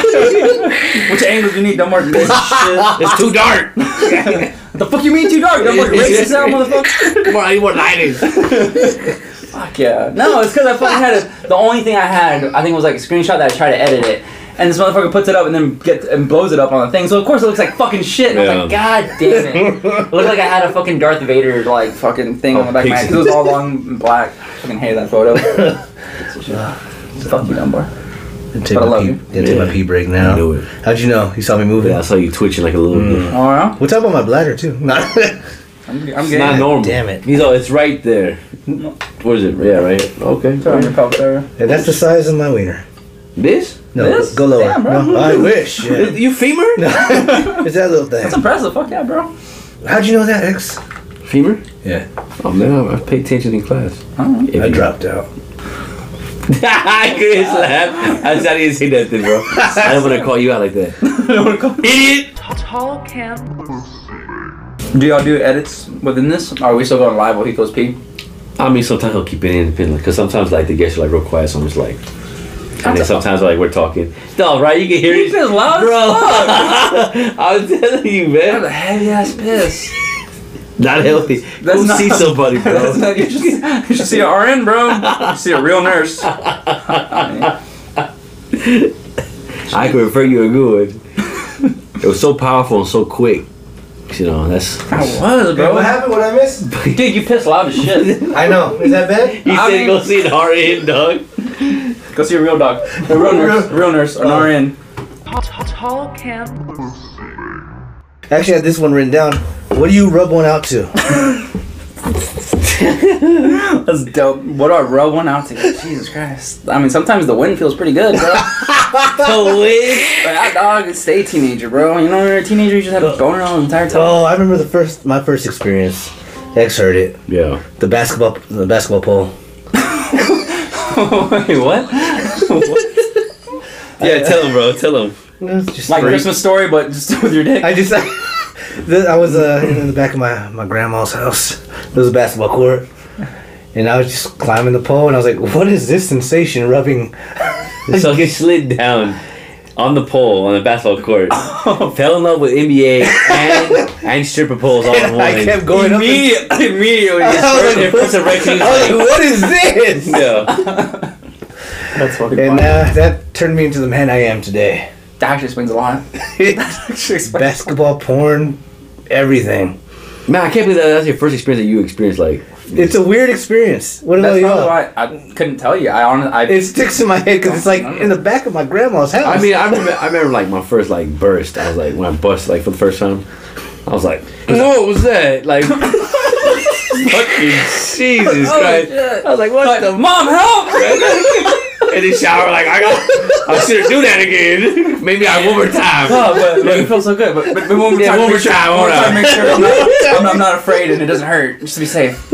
S1: Which angles you need, Dunbar? Bitch, shit.
S4: It's too dark.
S1: What the fuck you mean too dark? Dunbar, racist now, motherfucker.
S4: Come on, I need more lighting.
S1: Fuck yeah. No, it's because I fucking had a, the only thing I had. I think was like a screenshot that I tried to edit it, and this motherfucker puts it up and then gets and blows it up on the thing. So of course it looks like fucking shit. And I was like, God damn it!
S4: <laughs>
S1: it looked like I had a fucking Darth Vader like fucking thing on the back of my head 'cause it was all long and black. fucking hate that
S4: <laughs>
S1: photo. Fuck you, Dunbar.
S2: Take
S1: But I
S2: my
S1: love
S2: pee,
S1: you.
S2: yeah, take my
S4: Yeah.
S2: pee break now.
S4: I knew it. Mm.
S2: How'd you know? You saw me moving.
S4: Yeah, I saw you twitching like a little bit.
S1: All right,
S2: What's up on my bladder too? <laughs> Not
S1: I'm, I'm
S4: It's not
S1: getting.
S4: normal.
S2: damn it.
S4: He's all, it's right there. What is it? Yeah, right. here. Okay.
S1: Turn on your pelvic area.
S2: and that's the size of my wiener.
S4: This?
S2: No,
S1: This?
S2: go lower.
S1: Damn, bro.
S2: No,
S1: <laughs>
S2: I wish. Yeah. <laughs>
S4: You femur?
S2: it's that little
S1: That's
S2: thing.
S1: impressive. Fuck yeah, bro. <laughs>
S2: How'd you know that, X?
S4: Femur?
S2: Yeah,
S4: Oh man, I, I pay attention in class.
S1: Alright.
S4: If
S2: I
S4: you-
S2: dropped out.
S4: <laughs> I couldn't laugh. I, just, I didn't say nothing, bro. I don't want to call you out like that. Idiot.
S8: Tall Cam.
S1: Do y'all do edits within this? Or are we still going live while he goes pee?
S4: I mean, sometimes I'll keep it in, because sometimes like the guests are like real quiet, so I'm just like. And then sometimes like we're talking. <laughs> No, right? You can hear
S1: He's
S4: it.
S1: just loud as <laughs> fuck.
S4: I'm telling you,
S1: That's a
S4: man.
S1: heavy ass piss.
S4: Not healthy.
S1: That's
S4: Go
S1: not-
S4: see
S1: <laughs>
S4: somebody,
S1: That's
S4: bro.
S1: not- you, should, <laughs> you should see an RN, bro. You should see a real <laughs> nurse. I
S4: I can refer you a good. It was so powerful and so quick. You know, that's.
S1: was, bro.
S2: happened? What I missed?
S1: Dude, you pissed loud as shit.
S2: I know. Is that bad?
S4: He
S1: I
S4: said,
S1: mean-
S4: "Go see an RN, dog."
S1: Go see a real doc. A <laughs> real nurse. A real Oh. nurse. An RN.
S8: Tall Cam.
S2: Actually, I had this one written down. What do you rub one out to?
S1: That's dope. What do I rub one out to? Jesus Christ. I mean, sometimes the wind feels pretty good, <laughs> bro.
S4: The wind.
S1: But that dog, stay a teenager, bro. You know, when you're a teenager, you just have a boner all the entire time.
S2: Oh, I remember the first my first experience. X heard it. <laughs>
S4: Yeah.
S2: The basketball the basketball pole.
S1: Wait, what?
S4: <laughs> Yeah, tell him, bro. Tell him.
S2: Just
S1: Like
S2: free.
S1: Christmas story, but just <laughs> with your dick.
S2: I just <laughs> I, the, I was uh, in the back of my, my grandma's house. There was a basketball court, and I was just climbing the pole, and I was like, "What is this sensation rubbing?"
S4: So he slid down on the pole on the basketball court,
S2: Oh.
S4: fell in love
S2: <laughs>
S4: with NBA and and stripper poles all in one.
S2: I kept going up. And,
S4: <laughs>
S1: Immediately, immediately.
S4: First- their first erection.
S2: I was like, "What is this?"
S4: <laughs> Yeah.
S1: That's fucking
S2: And
S1: funny.
S2: uh, that turned me into the man I am today. <laughs>
S1: That actually explains a lot. That actually explains
S2: basketball, porn, everything.
S4: Man, I can't believe that that's your first experience that you experienced. Like,
S2: It's a weird experience. What about
S1: That's probably
S2: you?
S1: why I couldn't tell you. I honestly, I,
S2: It sticks in my head because it's like in the back of my grandma's house.
S4: I mean, I remember, I remember like my first like burst. I was like when I bust like for the first time. I was like, what was that?
S2: <laughs>
S4: Like, fucking Jesus
S2: Oh,
S4: Christ! I was like, what
S1: Like,
S4: the?
S1: mom <laughs> help!
S4: In the shower, like I got, I shouldn't do that again. <laughs> Maybe I one more time.
S1: <laughs> Oh, but, but it feels so good. But, but, but one more
S4: Yeah,
S1: time,
S4: one more
S1: make sure,
S4: time,
S1: one more
S4: hold
S1: time,
S4: on.
S1: make sure I'm <laughs> not, I'm, I'm not afraid and it doesn't hurt. Just to be safe.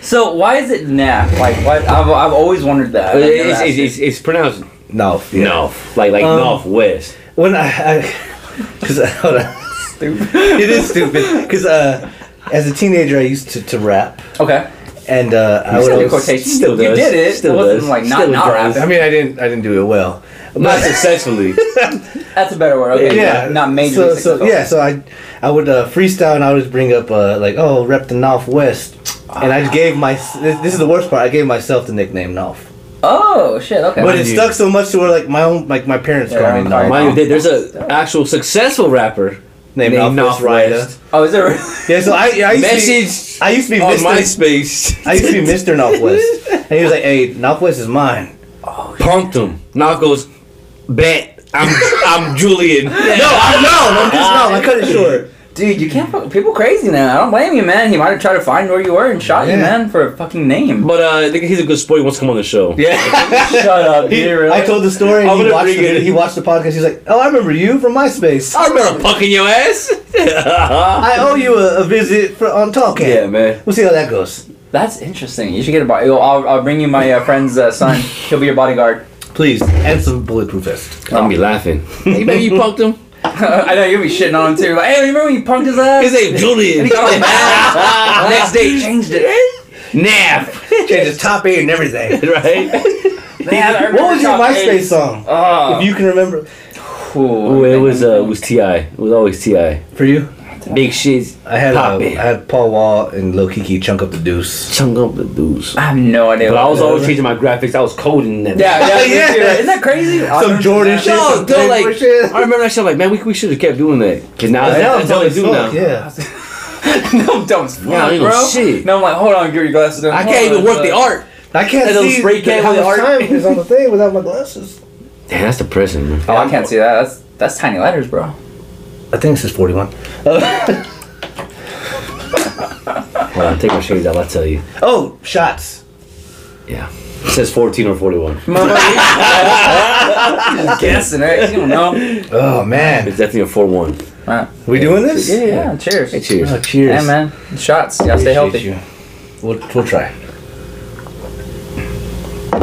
S1: So why is it nap? Like what? I've, I've always wondered that. I've never
S4: It's,
S1: asked
S4: it's, it's, it's pronounced
S2: no, yeah.
S4: north, like like
S2: Um,
S4: northwest.
S2: when I, <laughs> because hold on, it is stupid. Because uh, as a teenager, I used to, to rap,
S1: it. Okay.
S2: and uh, I
S1: Still
S2: would. always-
S1: quotation.
S4: still
S1: you
S4: does.
S1: did it.
S4: Still
S1: it wasn't
S4: does.
S1: like not
S4: Still
S1: not
S4: does.
S1: rapping.
S2: I mean, I didn't, I didn't do it well. <laughs>
S4: Not successfully.
S1: That's a better word. Okay.
S2: yeah,
S1: Not, not
S2: So,
S1: majorly
S2: so
S1: successful.
S2: yeah, so I, I would uh, freestyle, and I would just bring up uh, like, oh, rep the Northwest, and I gave my. This, this is the worst part. I gave myself the nickname North,
S1: Oh shit. Okay.
S2: but
S4: Mind
S2: it
S4: you.
S2: stuck so much to where like my own, like my parents
S1: Yeah,
S2: called me
S1: I'm
S2: North,
S1: sorry.
S4: Mind you, there- there's a actual successful rapper
S2: named,
S4: named
S2: Northwest Rider.
S4: Northwest.
S1: oh, is there?
S2: Yeah, so I, I used
S4: Message
S2: to be, I used to be
S4: on
S2: Mr.
S4: MySpace.
S2: I used to be Mr. Northwest. And he was like, hey, Northwest is <laughs> mine.
S4: Punked him. Now goes, bet I'm I'm Julian. <laughs>
S2: No, I know. I'm just no, I cut it short.
S1: <laughs> Dude, you can't. fuck- People crazy now. I don't blame you, man. He might have tried to find where you were and shot you,
S2: Yeah.
S1: man, for a fucking name.
S4: But uh, I think he's a good sport. He wants to come on the show.
S2: Yeah.
S1: <laughs> Shut up,
S2: He-
S1: dude. Really?
S2: I told the story.
S4: I'm
S2: And he,
S4: gonna
S2: watched
S4: bring
S2: the,
S4: it.
S2: he watched the podcast. He's like, "Oh, I remember you from MySpace.
S4: I remember fucking your ass. yeah,
S2: I owe you a, a visit for, on Talk Camp.
S4: man.
S2: We'll see how that goes.
S1: That's interesting. You should get a body. I'll, I'll bring you my uh, friend's uh, son. He'll be your bodyguard. <laughs>
S2: Please, and some bulletproof
S4: <laughs>
S2: vest.
S4: I'm gonna be laughing. Hey, maybe you punked him.
S1: I know you'll be shitting on him too. Like, hey, remember when you punked his ass?
S4: <laughs> His <laughs>
S1: <laughs>
S4: name Julian.
S1: Next day, he changed it.
S4: Nav.
S2: Change the top eight and everything.
S4: Right.
S1: Man, I remember
S2: What was your
S1: top
S2: MySpace
S1: eight.
S2: song?
S1: Oh,
S2: If you can remember,
S1: cool.
S4: Ooh, it was uh, it was Ti. It was always Ti.
S2: for you,
S4: Big shit.
S2: I had uh, I
S4: Poppin'.
S2: had Paul Wall and Lil Kiki chunk up the deuce.
S4: Chunk up the dudes.
S1: I have no idea.
S4: But I
S1: what
S4: was
S1: it
S4: always changing my graphics. I was coding them. <laughs>
S1: Yeah, yeah, yeah.
S2: Yeah.
S1: Isn't that crazy? I
S2: Some
S1: remember
S2: Jordan
S1: <laughs> that.
S2: shit.
S4: No,
S2: some
S4: dude, like
S2: Playboy shit.
S4: <laughs> I remember that shit. Like, man, we, we should have kept doing that. Cause now
S2: Yeah,
S4: Uh, that's, that's
S2: dumb
S4: all they
S2: as
S4: do
S2: fuck,
S4: now.
S2: Yeah. <laughs>
S1: No, don't.
S4: Nah, ain't no
S1: bro.
S4: shit.
S1: No, I'm like, hold on, get your glasses. down.
S4: I
S1: Hold
S4: can't even
S1: on,
S4: work
S1: uh,
S4: the art.
S2: I can't
S4: That little
S2: see
S4: spray can
S2: how
S4: with
S2: much
S4: art.
S2: time is on the thing without my glasses.
S4: Damn, that's depressing, man.
S1: Oh, I can't see that. That's that's tiny letters, bro.
S2: I think this is 41.
S4: Hold on, take my shades out. I'll tell you.
S2: Oh, shots.
S4: Yeah, it says 14 or 41.
S1: I'm guessing it. <laughs> You don't know.
S2: Oh man,
S4: It's definitely a 41.
S1: Right.
S2: we doing this?
S1: Yeah. Cheers.
S4: Hey, cheers.
S2: Oh, cheers.
S1: Yeah, man. Shots. Y'all
S2: Appreciate
S1: stay healthy.
S2: you. We'll, we'll try.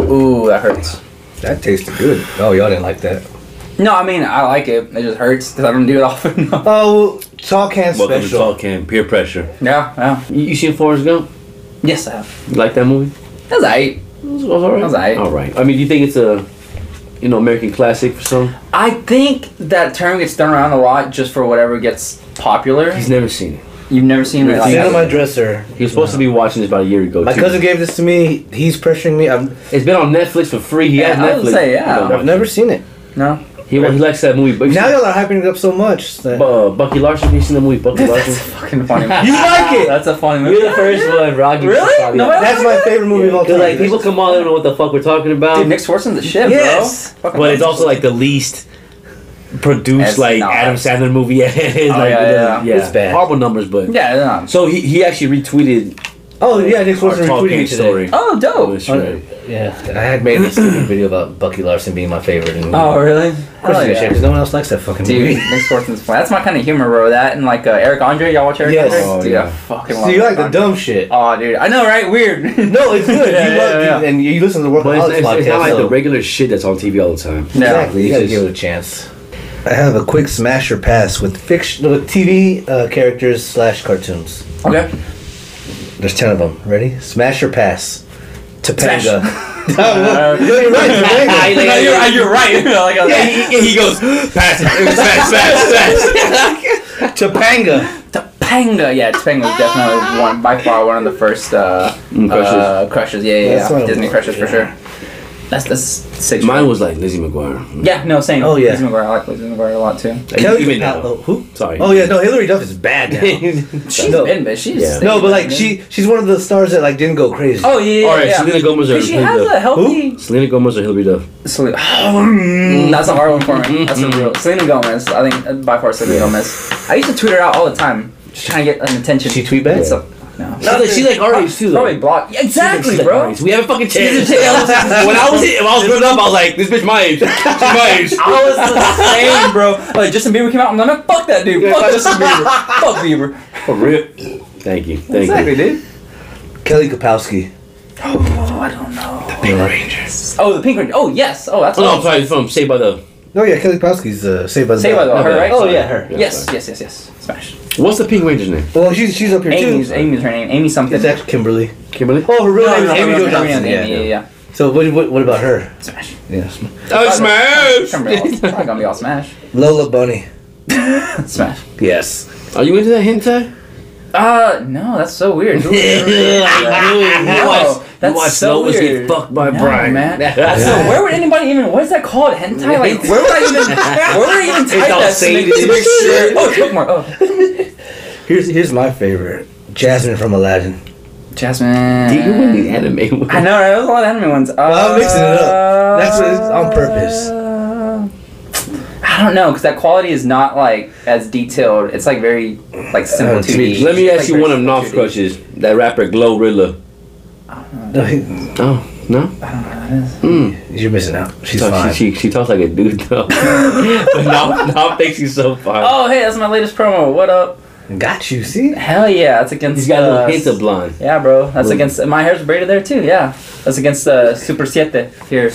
S1: Ooh, that hurts.
S2: That tasted good. Oh, y'all didn't like that.
S1: No, I mean I like it. It just hurts because I don't do it <laughs> often.
S2: Oh, tall can
S4: Welcome to
S2: special.
S4: Talk Cam. Peer pressure.
S1: yeah, yeah.
S4: You, you seen Forrest Gump?
S1: Yes, I have.
S4: You like that movie?
S1: That's eight.
S4: It was, it was all right.
S1: It was all right.
S4: All right. I mean, do you think it's a, you know, American classic for some?
S1: I think that term gets thrown around a lot just for whatever gets popular.
S4: He's never seen it.
S1: You've never seen it.
S2: It's
S1: Like,
S2: in my dresser.
S4: He was supposed to be watching this about a year ago.
S2: My
S4: too.
S2: cousin gave this to me. He's pressuring me. I've,
S4: It's been on Netflix for free. He
S1: Yeah,
S4: has
S1: I
S4: Netflix.
S1: would say, yeah.
S4: He don't
S2: I've
S4: watch
S2: never
S4: it.
S2: seen it.
S1: no.
S4: He, he likes that movie. But
S2: Now y'all are hyping it up so much. That,
S4: Bu- uh, Bucky Larson. Have you seen the movie Bucky
S1: That's
S4: Larson?
S1: fucking funny.
S2: you like it?
S1: That's a funny movie.
S4: You're the first one, Rocky.
S1: Really? No,
S2: That's my favorite movie of all time.
S4: Because like people come on, they don't know what the fuck we're talking about.
S1: Dude, Nick Swartzen's the shit,
S2: Yes.
S1: bro. Fucking
S4: but it's
S1: love
S4: also like the least produced
S1: It's
S4: like
S1: not.
S4: Adam Sandler movie. uh, Oh, yeah, <laughs> like,
S1: yeah, yeah.
S2: It's bad.
S4: Horrible numbers, but
S1: him. yeah, yeah.
S4: So he, he actually retweeted
S2: oh yeah, Nick
S4: our
S2: Swartzen
S4: Talk
S2: retweeted
S4: Game
S2: me today.
S4: story.
S1: Oh, dope.
S4: That's right.
S2: Yeah, I had made this video about Bucky Larson being my favorite. And
S1: Oh, really?
S2: of course
S1: Hell
S2: he's gonna
S1: yeah.
S2: share, 'cause no one else likes that fucking
S1: Dude,
S2: movie.
S4: <laughs>
S1: Nick Swartzen's funny. That's my kind of humor, bro. That and like uh, Eric Andre. Y'all watch Eric
S2: Yes.
S1: Andre?
S4: Oh,
S1: dude,
S4: yeah.
S1: I fucking
S2: So
S1: love
S2: you like
S1: Eric
S2: the
S1: Andre.
S2: dumb shit?
S1: Oh, dude. I know, right? Weird. <laughs>
S2: No, it's good.
S1: Yeah,
S2: you
S1: yeah,
S2: love
S1: yeah.
S2: it, and you listen to the work.
S4: But it's, it's, it's not like the
S2: regular.
S4: regular shit that's on TV all the time.
S1: No.
S2: Exactly. You
S4: It's
S2: gotta
S4: just-
S2: give it a chance. I have a quick smash or pass with fiction, with TV uh, characters slash cartoons.
S1: Okay.
S2: There's ten of them. Ready? Smash or pass? Topanga. <laughs>
S1: Uh,
S2: No, you're right, Topanga.
S1: <laughs> no, you're, right, you're right. <laughs> You know, like, uh,
S4: he, <laughs> <laughs> he goes pass, pass, pass, pass.
S2: <laughs> Topanga.
S1: Topanga. Yeah, Topanga was definitely one, by far one of the first uh,
S4: Mm, crushes.
S1: uh, crushes. Yeah, yeah,
S2: That's
S1: yeah.
S2: one of
S1: Disney
S2: them.
S1: crushes for sure. That's that's six.
S4: Mine was like Lizzie McGuire.
S1: Yeah, no, same.
S2: Oh, yeah.
S1: Lizzie McGuire. I like Lizzie McGuire a lot too.
S4: Like,
S2: Kelly
S4: even now.
S2: Capallo. Who?
S4: Sorry.
S2: Oh
S4: <laughs>
S2: yeah, no, Hillary Duff is bad now.
S1: She's
S2: No.
S1: been, but she's
S4: Yeah.
S2: no, but like she, she's one of the stars that like didn't go crazy.
S1: Oh yeah, yeah,
S4: All right,
S1: yeah.
S4: Selena Gomez or
S1: Dude, she has a healthy.
S4: Selena Gomez or Hillary Duff?
S1: Selena. Mm, that's a hard one for me. That's a real. Selena Gomez. I think uh, by far Selena Gomez. I used to tweet her out all the time, just trying to get an attention.
S2: She tweet back?
S1: It's a- No.
S4: She's like, she's like our age too, though.
S1: Probably blocked. Yeah, exactly,
S4: She's like our
S1: bro.
S4: age. We haven't fucking <laughs> changed. when I was when I was growing up, I was like, this bitch my age. She's my age.
S1: <laughs> I was the same, bro. Like Justin Bieber came out, I'm like, fuck that dude. Fuck Justin Bieber. fuck Bieber.
S4: For real. Thank you. Thank
S1: Exactly,
S4: you.
S1: dude.
S2: Kelly Kapowski.
S1: Oh, I don't know. The Pink Rangers. Oh, the Pink Rangers. Oh, yes. Oh, that's.
S4: Oh, no, I'm sorry. From Saved by the.
S2: No, yeah, Kelly Kapowski's uh, Saved by the
S1: Saved by the
S2: Bell.
S1: Bell, her, right?
S2: Oh yeah, her.
S1: Yes, yes, yes, yes. Smash.
S4: What's the Pink Ranger's name?
S2: Well, she's she's up here
S1: Amy's,
S2: too.
S1: Amy's her name. Amy something.
S2: It's actually Kimberly.
S4: Kimberly.
S2: Oh, her real
S1: No,
S2: name
S1: no, no,
S2: is Amy
S1: no,
S2: Jo
S1: no, no,
S2: Johnson.
S1: no,
S2: Yeah,
S1: yeah,
S2: yeah.
S1: yeah.
S2: So what, what, what about her?
S1: Smash.
S2: Yeah.
S4: Oh,
S1: Probably all- probably gonna be all smash.
S2: Lola Bunny.
S1: Smash.
S2: Yes.
S4: Are you into that hentai?
S1: Uh, no, that's so weird.
S4: <laughs> You watch-
S1: no,
S4: you
S1: that's
S4: watch
S1: so
S4: Lois
S1: weird.
S4: get fucked by
S1: no,
S4: Brian.
S1: man. <laughs> So where would anybody even? What is that called? Hentai? Like where would I
S4: <laughs>
S1: even? Where would I even type
S4: all
S1: that to make, to
S4: saved. <laughs>
S1: make sure? Oh, Cookmore. Oh,
S2: Here's here's my favorite. Jasmine from Aladdin.
S1: Jasmine.
S4: Dude, you wouldn't be anime.
S1: I know. Right? That was a lot of anime ones. Uh,
S2: I'm mixing it up. That's what it's on purpose.
S1: uh, I don't know because that quality is not like as detailed. It's like very like simple
S2: Uh,
S1: to me.
S4: Let me ask you one of Knopf's crushes. That rapper Glow Riddler.
S2: No,
S4: Oh no,
S2: You're missing out. She's
S4: Talk-
S2: fine.
S4: Oh, she, she she talks like a dude
S1: <laughs>
S4: though. <laughs> but Knopf, Knopf thinks he's so fine.
S1: Oh hey, that's my latest promo. What up?
S2: Got you. See,
S1: Hell yeah, that's against.
S4: He's got a
S1: uh,
S4: little hint of blonde.
S1: Yeah, bro. That's against. My hair's braided there too. Yeah, that's against uh, Super Siete here at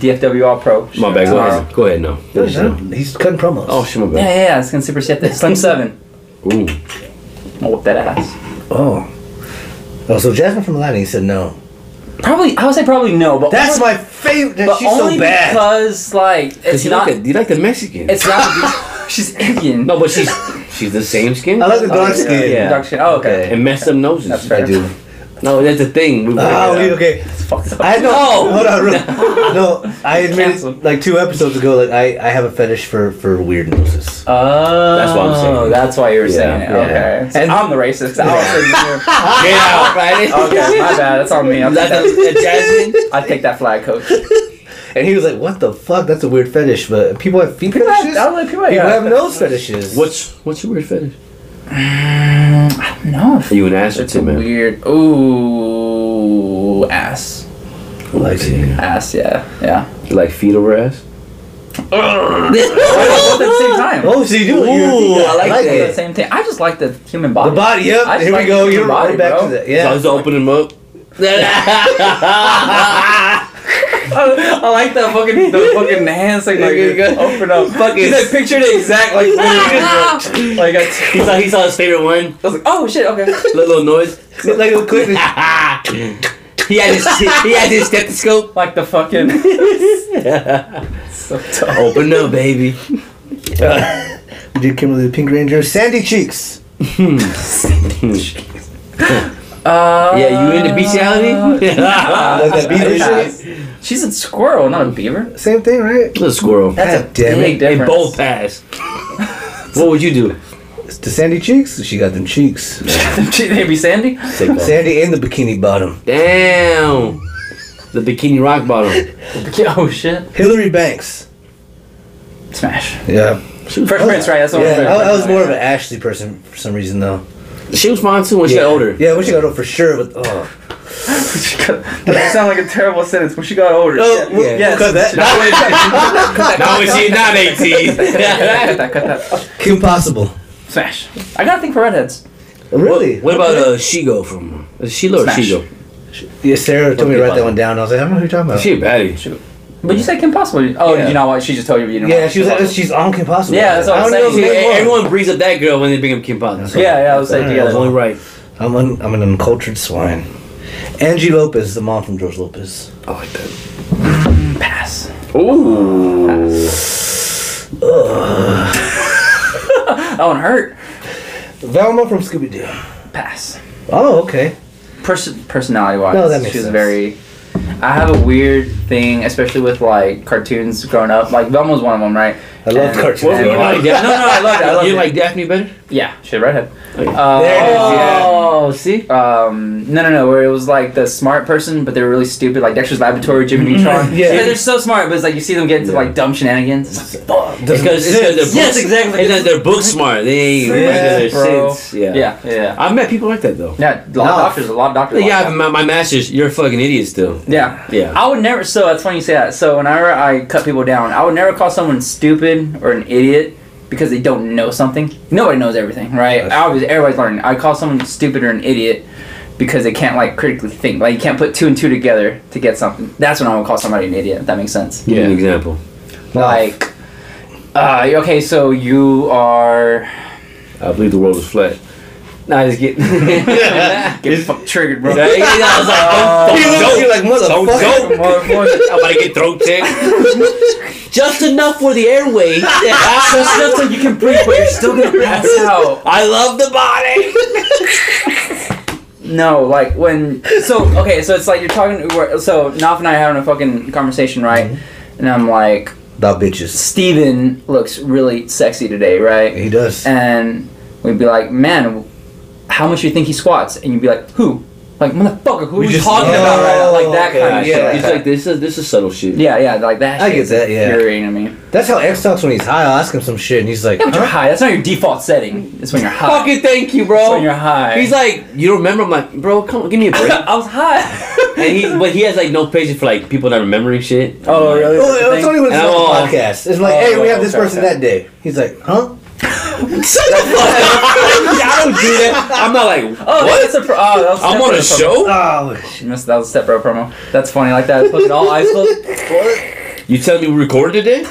S1: DFW All Pro.
S4: My bad. Go
S1: Tomorrow.
S4: ahead. Go ahead. No.
S2: No, he's not. He's cutting promos.
S4: Oh shit, my
S1: Yeah,
S4: bad.
S1: yeah, yeah. It's against Super Siete. Slim Seven.
S4: Ooh.
S1: I'll whip that ass.
S2: Oh. Oh, so Jasmine from Atlanta, he said no.
S1: Probably, I would say probably no, but
S2: That's
S1: only,
S2: my favorite.
S1: but
S2: she's
S1: only
S2: so bad.
S1: because like it's
S4: you
S1: not.
S4: like a, you like the Mexican.
S1: it's not. she's Indian.
S4: no, but she's she's the same skin.
S2: I like the dark
S1: yeah,
S2: skin.
S4: yeah.
S1: Dark skin. Oh, okay.
S4: and messed up noses.
S1: That's fair.
S4: I do. No, that's the thing. We
S2: Oh,
S4: yeah.
S2: okay.
S1: Fucked up.
S2: I know.
S4: No.
S2: <laughs> Hold on, <laughs> real- no. I admitted
S1: Cancel.
S2: like two episodes ago. Like I, I have a fetish for for weird noses.
S1: Oh,
S4: That's what I'm saying.
S1: That's why you were
S4: Yeah,
S1: saying it.
S4: yeah.
S1: Okay, so
S2: And-
S1: I'm the racist. 'cause I was sitting here.
S4: Get out,
S1: <laughs>
S4: Friday.
S1: Okay, my bad. That's on me. I'll take that,
S4: Jasmine.
S1: I'll take that flag, coach. People
S2: And he was like, "What the fuck? That's a weird fetish." But people have feet
S1: have,
S2: fetishes.
S1: I don't know, people have,
S2: People have nose fetishes.
S4: What's what's your weird fetish?
S1: No,
S4: Are you an ass or
S1: It's
S4: two,
S1: a
S4: man?
S1: weird. Ooh, ass,
S2: Like,
S1: ass. Yeah, yeah. <laughs>
S4: You like feet over ass?
S1: Both at the same time.
S2: Oh, so you do.
S4: Ooh,
S2: you-
S4: I like
S1: Both at the
S4: that.
S1: same thing. I just like the human body.
S2: The body. Yep.
S1: I just
S2: Here
S1: like
S2: we go.
S1: the
S2: You're
S1: body,
S2: right back
S1: bro.
S2: to that.
S4: So I
S2: Yeah.
S4: just open them <laughs> up.
S1: <laughs> I like that
S2: <laughs>
S1: fucking the fucking hand signal.
S4: There you
S1: you
S4: go.
S1: Open up.
S4: Fucking-
S1: He's like picture the exact
S2: <laughs>
S1: like.
S9: Ah!
S1: like I
S4: He saw he saw his favorite
S1: I
S4: one.
S1: was like, oh
S2: <laughs>
S1: shit, okay.
S4: Little, little noise. <laughs>
S2: like a <laughs> quick.
S4: He had his he had his stethoscope.
S1: Like the
S2: <laughs>
S1: fucking. so tough.
S4: Open up, baby.
S2: We did Kimberly the Pink Ranger. Sandy cheeks.
S1: Uh,
S4: Yeah, you into
S1: <laughs>
S4: <laughs> bestiality?
S2: Like that beaver
S1: yeah.
S2: shit.
S1: She's a squirrel, not a beaver.
S2: Same thing, right?
S4: Little squirrel.
S1: That's
S2: God
S1: a
S2: damn
S1: big
S2: it.
S4: They
S1: difference.
S4: both pass. What would you do?
S2: The Sandy cheeks. She got them cheeks.
S1: <laughs> they
S2: <laughs>
S1: be sandy.
S4: Take that.
S2: Sandy and the bikini bottom.
S4: Damn. The bikini rock bottom.
S1: Oh shit.
S2: Hillary Banks.
S1: Smash.
S2: Yeah.
S1: Fresh Prince, right? That's what
S2: Yeah.
S1: I'm
S2: I, I was more of an Ashley person for some reason though.
S4: She was fine too when she got older.
S2: Yeah, when she got older for sure. But oh,
S1: that sounds like a terrible sentence. When she got older.
S2: oh
S1: yeah.
S2: yeah.
S1: Yes.
S2: Cut that.
S4: Not when, not when she's not
S1: <laughs>
S4: 18.
S1: cut that, cut that.
S2: Kim Possible.
S1: Smash. I got a thing for redheads.
S2: Really?
S4: What about uh, Shigo from uh, Sheila or
S1: Smash.
S4: Shigo?
S2: Yeah, Sarah told me to write that
S4: Kim Possible.
S2: one down. I was like, I don't know who you're talking about.
S4: She a baddie.
S1: But you said Kim Possible. Oh,
S4: Yeah.
S1: you know what? She just told you. you didn't
S2: yeah,
S1: watch
S2: she was like,
S1: Possible.
S2: she's on Kim Possible.
S1: Yeah, that's what
S2: I
S1: I'm
S2: don't know the
S1: saying.
S2: name
S4: Hey,
S2: of it.
S4: everyone brings up that girl when they bring up Kim Potts.
S1: yeah, yeah. I was like,
S2: Alright,
S1: yeah.
S4: That's only right.
S2: I'm un, I'm an uncultured swine. Angie Lopez, the mom from George Lopez.
S4: I like that.
S1: Pass.
S4: Ooh.
S1: That one Oh, hurt.
S2: Velma from Scooby Doo.
S1: Pass.
S2: Oh, okay.
S1: Person personality wise,
S2: No, that makes
S1: she was
S2: sense.
S1: very. I have a weird thing, especially with like cartoons growing up. Like Velma was one of them, right?
S2: I love
S1: And-
S2: cartoons.
S1: and,
S4: You like
S1: like, no, no, I love it. I love
S4: <laughs> You
S1: it.
S4: like Daphne better?
S1: Yeah, she a redhead.
S4: Like-
S1: Uh,
S2: There it is, yeah.
S1: Oh, see? Um, no, no, no. Where it was like the smart person, but they were really stupid, like Dexter's Laboratory, Jimmy Neutron.
S2: Mm-hmm. <laughs> Yeah.
S1: They're- they're so smart, but it's like you see them get into like dumb shenanigans.
S2: Doesn't
S4: Because it's 'cause they're
S2: exist.
S4: books,
S1: Yes, exactly.
S4: It's 'cause they're book smart. They ain't
S2: Yeah,
S4: regular
S1: bro.
S4: sense. Yeah.
S1: Yeah, yeah.
S4: I've met people like that though.
S1: Yeah, a
S2: No.
S1: lot of doctors, a lot of doctors. like
S4: Like, yeah,
S1: that.
S4: my, my master's, you're a fucking idiot still.
S1: yeah.
S4: Yeah.
S1: I would never. So that's funny you say that. So whenever I cut people down, I would never call someone stupid or an idiot because they don't know something. Nobody knows everything, right?
S2: That's-
S1: Obviously, everybody's learning. I call someone stupid or an idiot because they can't like critically think. Like you can't put two and two together to get something. That's when I would call somebody an idiot. If that makes sense.
S4: Give me an example.
S1: Like, uh, okay, so you are.
S4: I believe the world is flat. Nah, just <laughs> get.
S1: Get fuck triggered, bro.
S4: I was like,
S2: You're like Oh. motherfucker.
S4: Don't, I'm about to get throat tick. <laughs> just enough for the airway. <laughs>
S1: That's just like you can breathe, but you're still gonna pass out.
S4: I love the body.
S1: No, like when. So okay, so it's like you're talking. we're- So Knopf and I are having a fucking conversation, right? And I'm like,
S2: About bitches.
S1: Steven looks really sexy today, right?
S2: He does.
S1: And we'd be like, man, how much you think he squats? And you'd be like, who? Like motherfucker, who
S4: We
S1: are you
S4: just-
S1: talking about right now? Like that
S2: Okay,
S1: kind of
S4: yeah,
S1: shit.
S4: it's like this is this is subtle shit.
S1: yeah, yeah, like that.
S2: I
S1: shit
S2: get
S1: is
S2: that, yeah.
S1: Infuriating me. Yeah,
S2: That's how X talks when he's high. I'll ask him some shit, and he's like,
S1: but you're
S2: huh?
S1: high. That's not your default setting. It's when you're high.
S4: Fucking thank you,
S1: It's
S4: bro.
S1: when you're high.
S4: He's like, you don't remember? I'm like, bro, come on, give me
S2: <laughs>
S4: a
S1: <laughs>
S4: break.
S1: I was high.
S4: and he, but he has like no patience for like people not
S2: <laughs>
S4: remembering shit.
S1: oh
S4: I'm like,
S1: really?
S2: Oh, it's
S1: That's the
S2: only
S1: thing?
S2: when it's on
S4: Oh.
S2: the podcast. It's like,
S1: Oh,
S2: hey, we have
S1: okay,
S2: this person
S1: okay.
S2: that day. He's like, huh?
S4: <laughs> I don't do that. I'm not like,
S1: Oh,
S4: what?
S1: That's a pro- oh, that was
S4: I'm on a
S1: Stepbro promo.
S4: show.
S2: Oh, shit.
S1: That's- That was step bro promo. That's funny like that. It's supposed to be all eyes closed.
S2: <laughs>
S4: You telling me we recorded today?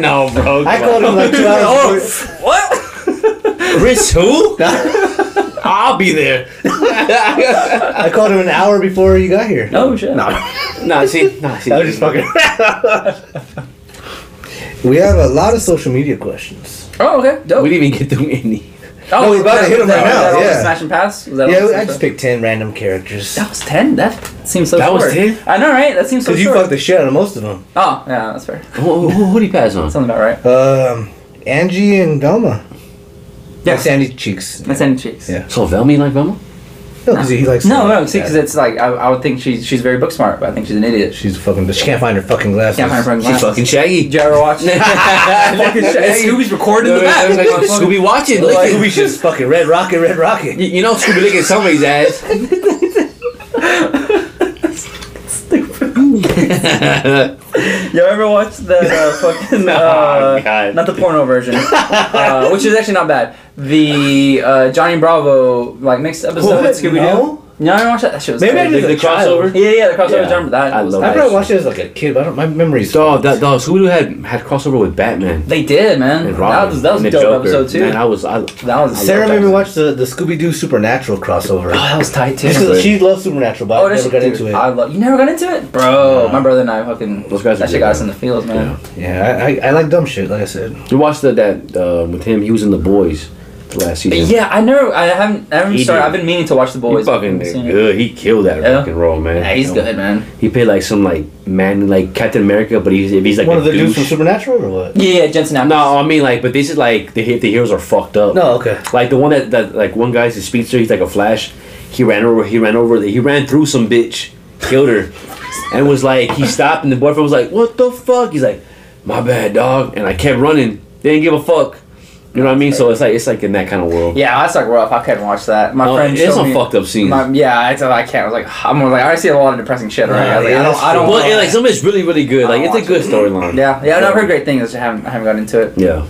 S4: no, bro.
S2: I
S4: come
S2: called
S4: on.
S2: him like two
S1: <laughs>
S2: hours. before-
S1: Oh, what?
S4: <laughs> Chris.
S2: <laughs>
S4: Who? I'll be there.
S2: I called him an hour before you got here.
S1: Oh shit.
S2: No.
S4: <laughs> nah, see, nah, see.
S2: I was just fucking. <laughs> we have a lot of social media questions.
S1: Oh okay. Dope.
S4: We didn't even get through any.
S1: oh,
S2: we're about to hit 'em
S1: that-
S2: right
S1: was
S2: now,
S1: that all the
S2: yeah.
S1: Smash and pass. Was that all
S2: Yeah,
S1: the
S2: I
S1: smash
S2: just
S1: pass?
S2: picked ten random characters.
S1: That was ten. That seems so.
S4: That was
S1: short.
S4: 10?
S1: I know, right? That seems so.
S2: Cause you
S1: short.
S2: fucked the shit out of most of them.
S1: Oh yeah, that's fair.
S4: Who, who, who do you pass on?
S1: Sounds about right.
S2: Um, Angie and Velma.
S1: Yeah.
S2: Like Sandy cheeks.
S1: That's any cheeks.
S2: Yeah.
S4: So Velmi like Velma?
S2: No, because he likes.
S1: No, no, see, because it's like I, I would think she's she's very book smart, but I think she's an
S2: <laughs>
S1: idiot. She
S2: she's fucking. She can't find her fucking glasses.
S1: can't find her fucking
S4: She's
S1: <laughs>
S4: fucking
S1: glasses.
S4: Shaggy.
S1: Did you ever
S2: <laughs>
S1: watch? Fucking shit.
S4: Hey.
S1: Scooby's recorded in the back. Like, on fucking-
S4: Scooby watching.
S2: Like,
S4: Like,
S2: Scooby just fucking red rocket, red rocket.
S4: you know Scooby licking
S1: <laughs>
S4: somebody's <laughs> ass.
S1: You ever watched the
S4: <laughs>
S1: uh, fucking uh,
S4: Oh, God.
S1: not the porno
S4: <laughs>
S1: version, uh, which is actually not bad. The uh, Johnny Bravo like mixed episode with Scooby Doo.
S2: No?
S1: No, I watched that. That shit was
S2: Maybe I
S1: crazy.
S2: did
S4: The
S2: the
S4: crossover?
S2: crossover.
S1: Yeah, yeah, the crossover
S4: Yeah.
S1: jump. That
S4: I
S1: was-
S4: love
S2: I
S4: that.
S2: probably watched it as like a kid, but I don't, my memory's.
S4: Dog, that dog. Scooby Doo had had crossover with Batman.
S1: They did, man.
S4: And
S1: That
S4: Robin
S1: was that was
S4: and
S1: a
S4: the
S1: dope
S4: Joker.
S1: episode too.
S4: Man, I was. I,
S1: that was
S2: Sarah made me watch the, the Scooby Doo Supernatural crossover.
S1: Oh, that was tight too.
S2: This is- she loves Supernatural, but
S1: Oh,
S2: I
S1: that
S2: never
S1: shit-
S2: got
S1: dude,
S2: into it.
S1: I love you. Never got into it, bro.
S4: Nah.
S1: My brother and I fucking
S4: Those guys are
S1: that shit
S4: good,
S1: got us in
S4: man.
S1: the fields, man.
S2: yeah, I, I, I like dumb shit, like I said.
S4: You watched the, that uh, with him. He was in the boys the last
S1: Yeah,
S4: season.
S1: I never, I haven't, I haven't
S4: He
S1: started.
S4: did.
S1: I've been meaning to watch the
S4: He
S1: boys. but I
S4: fucking
S1: haven't seen
S4: did
S1: it.
S4: good. He killed that
S1: Yeah.
S4: rock and roll man.
S1: Yeah, he's good, man.
S4: He played like some like man, like Captain America, but he's he's like
S2: One
S4: a
S2: of the dudes
S4: douche.
S2: from Supernatural or what?
S1: Yeah, yeah, Jensen Ackles.
S4: no, I mean like, but this is like the he- the heroes are fucked up.
S2: No, okay.
S4: Like the one that, that like one guy's a speedster. He's like a flash. He ran over. He ran over. He ran through some bitch, killed her, and was like he stopped. And the boyfriend was like, "What the fuck?" He's like, "My bad, dog." And I kept running. They didn't give a fuck. You know what I mean? So it's like it's like in that kind of world.
S1: Yeah, that's like rough. I couldn't watch that. My
S4: No,
S1: friend
S4: it's
S1: showed
S4: some
S1: me-
S4: fucked up scenes.
S1: my- yeah, I said I can't. I was like, I'm like, I see a lot of depressing shit right
S2: Yeah,
S1: I was like,
S2: yeah,
S1: I don't,
S2: that's
S1: I don't.
S2: true.
S4: Well,
S1: want
S4: yeah, like some of it's really, really good. Like it's a good storyline.
S1: yeah, yeah, no, I've heard great things. I just haven't, I haven't gotten into it.
S4: Yeah.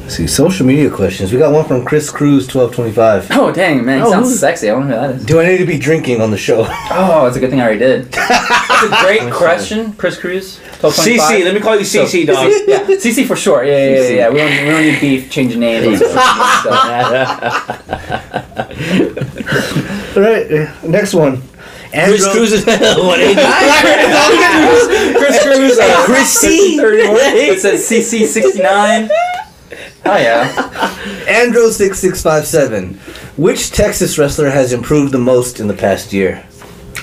S2: Let's see, social media questions. We got one from Chris Cruz, 1225.
S1: Oh dang, man, he
S2: Oh,
S1: sounds
S2: who's-
S1: sexy. I wonder who that is.
S2: Do I need to be drinking on the <laughs> show?
S1: Oh, it's a good thing I already did.
S4: <laughs>
S1: That's a great question, Chris Cruz. 1225.
S4: CC, let me call you CC,
S1: So-
S4: dog.
S1: yeah, CC for short. Yeah, yeah, yeah.
S4: CC.
S1: yeah. We, don't, we don't need beef. Changing names. So,
S2: All right, uh, next one.
S4: <laughs> Chris
S2: Andrew-
S4: Cruz is <laughs> what ain't
S1: Chris Cruz. Uh,
S4: Chris <laughs> C.
S1: 31. It says CC sixty nine. Oh yeah.
S2: Andrew 6657. Which Texas wrestler has improved the most in the past year?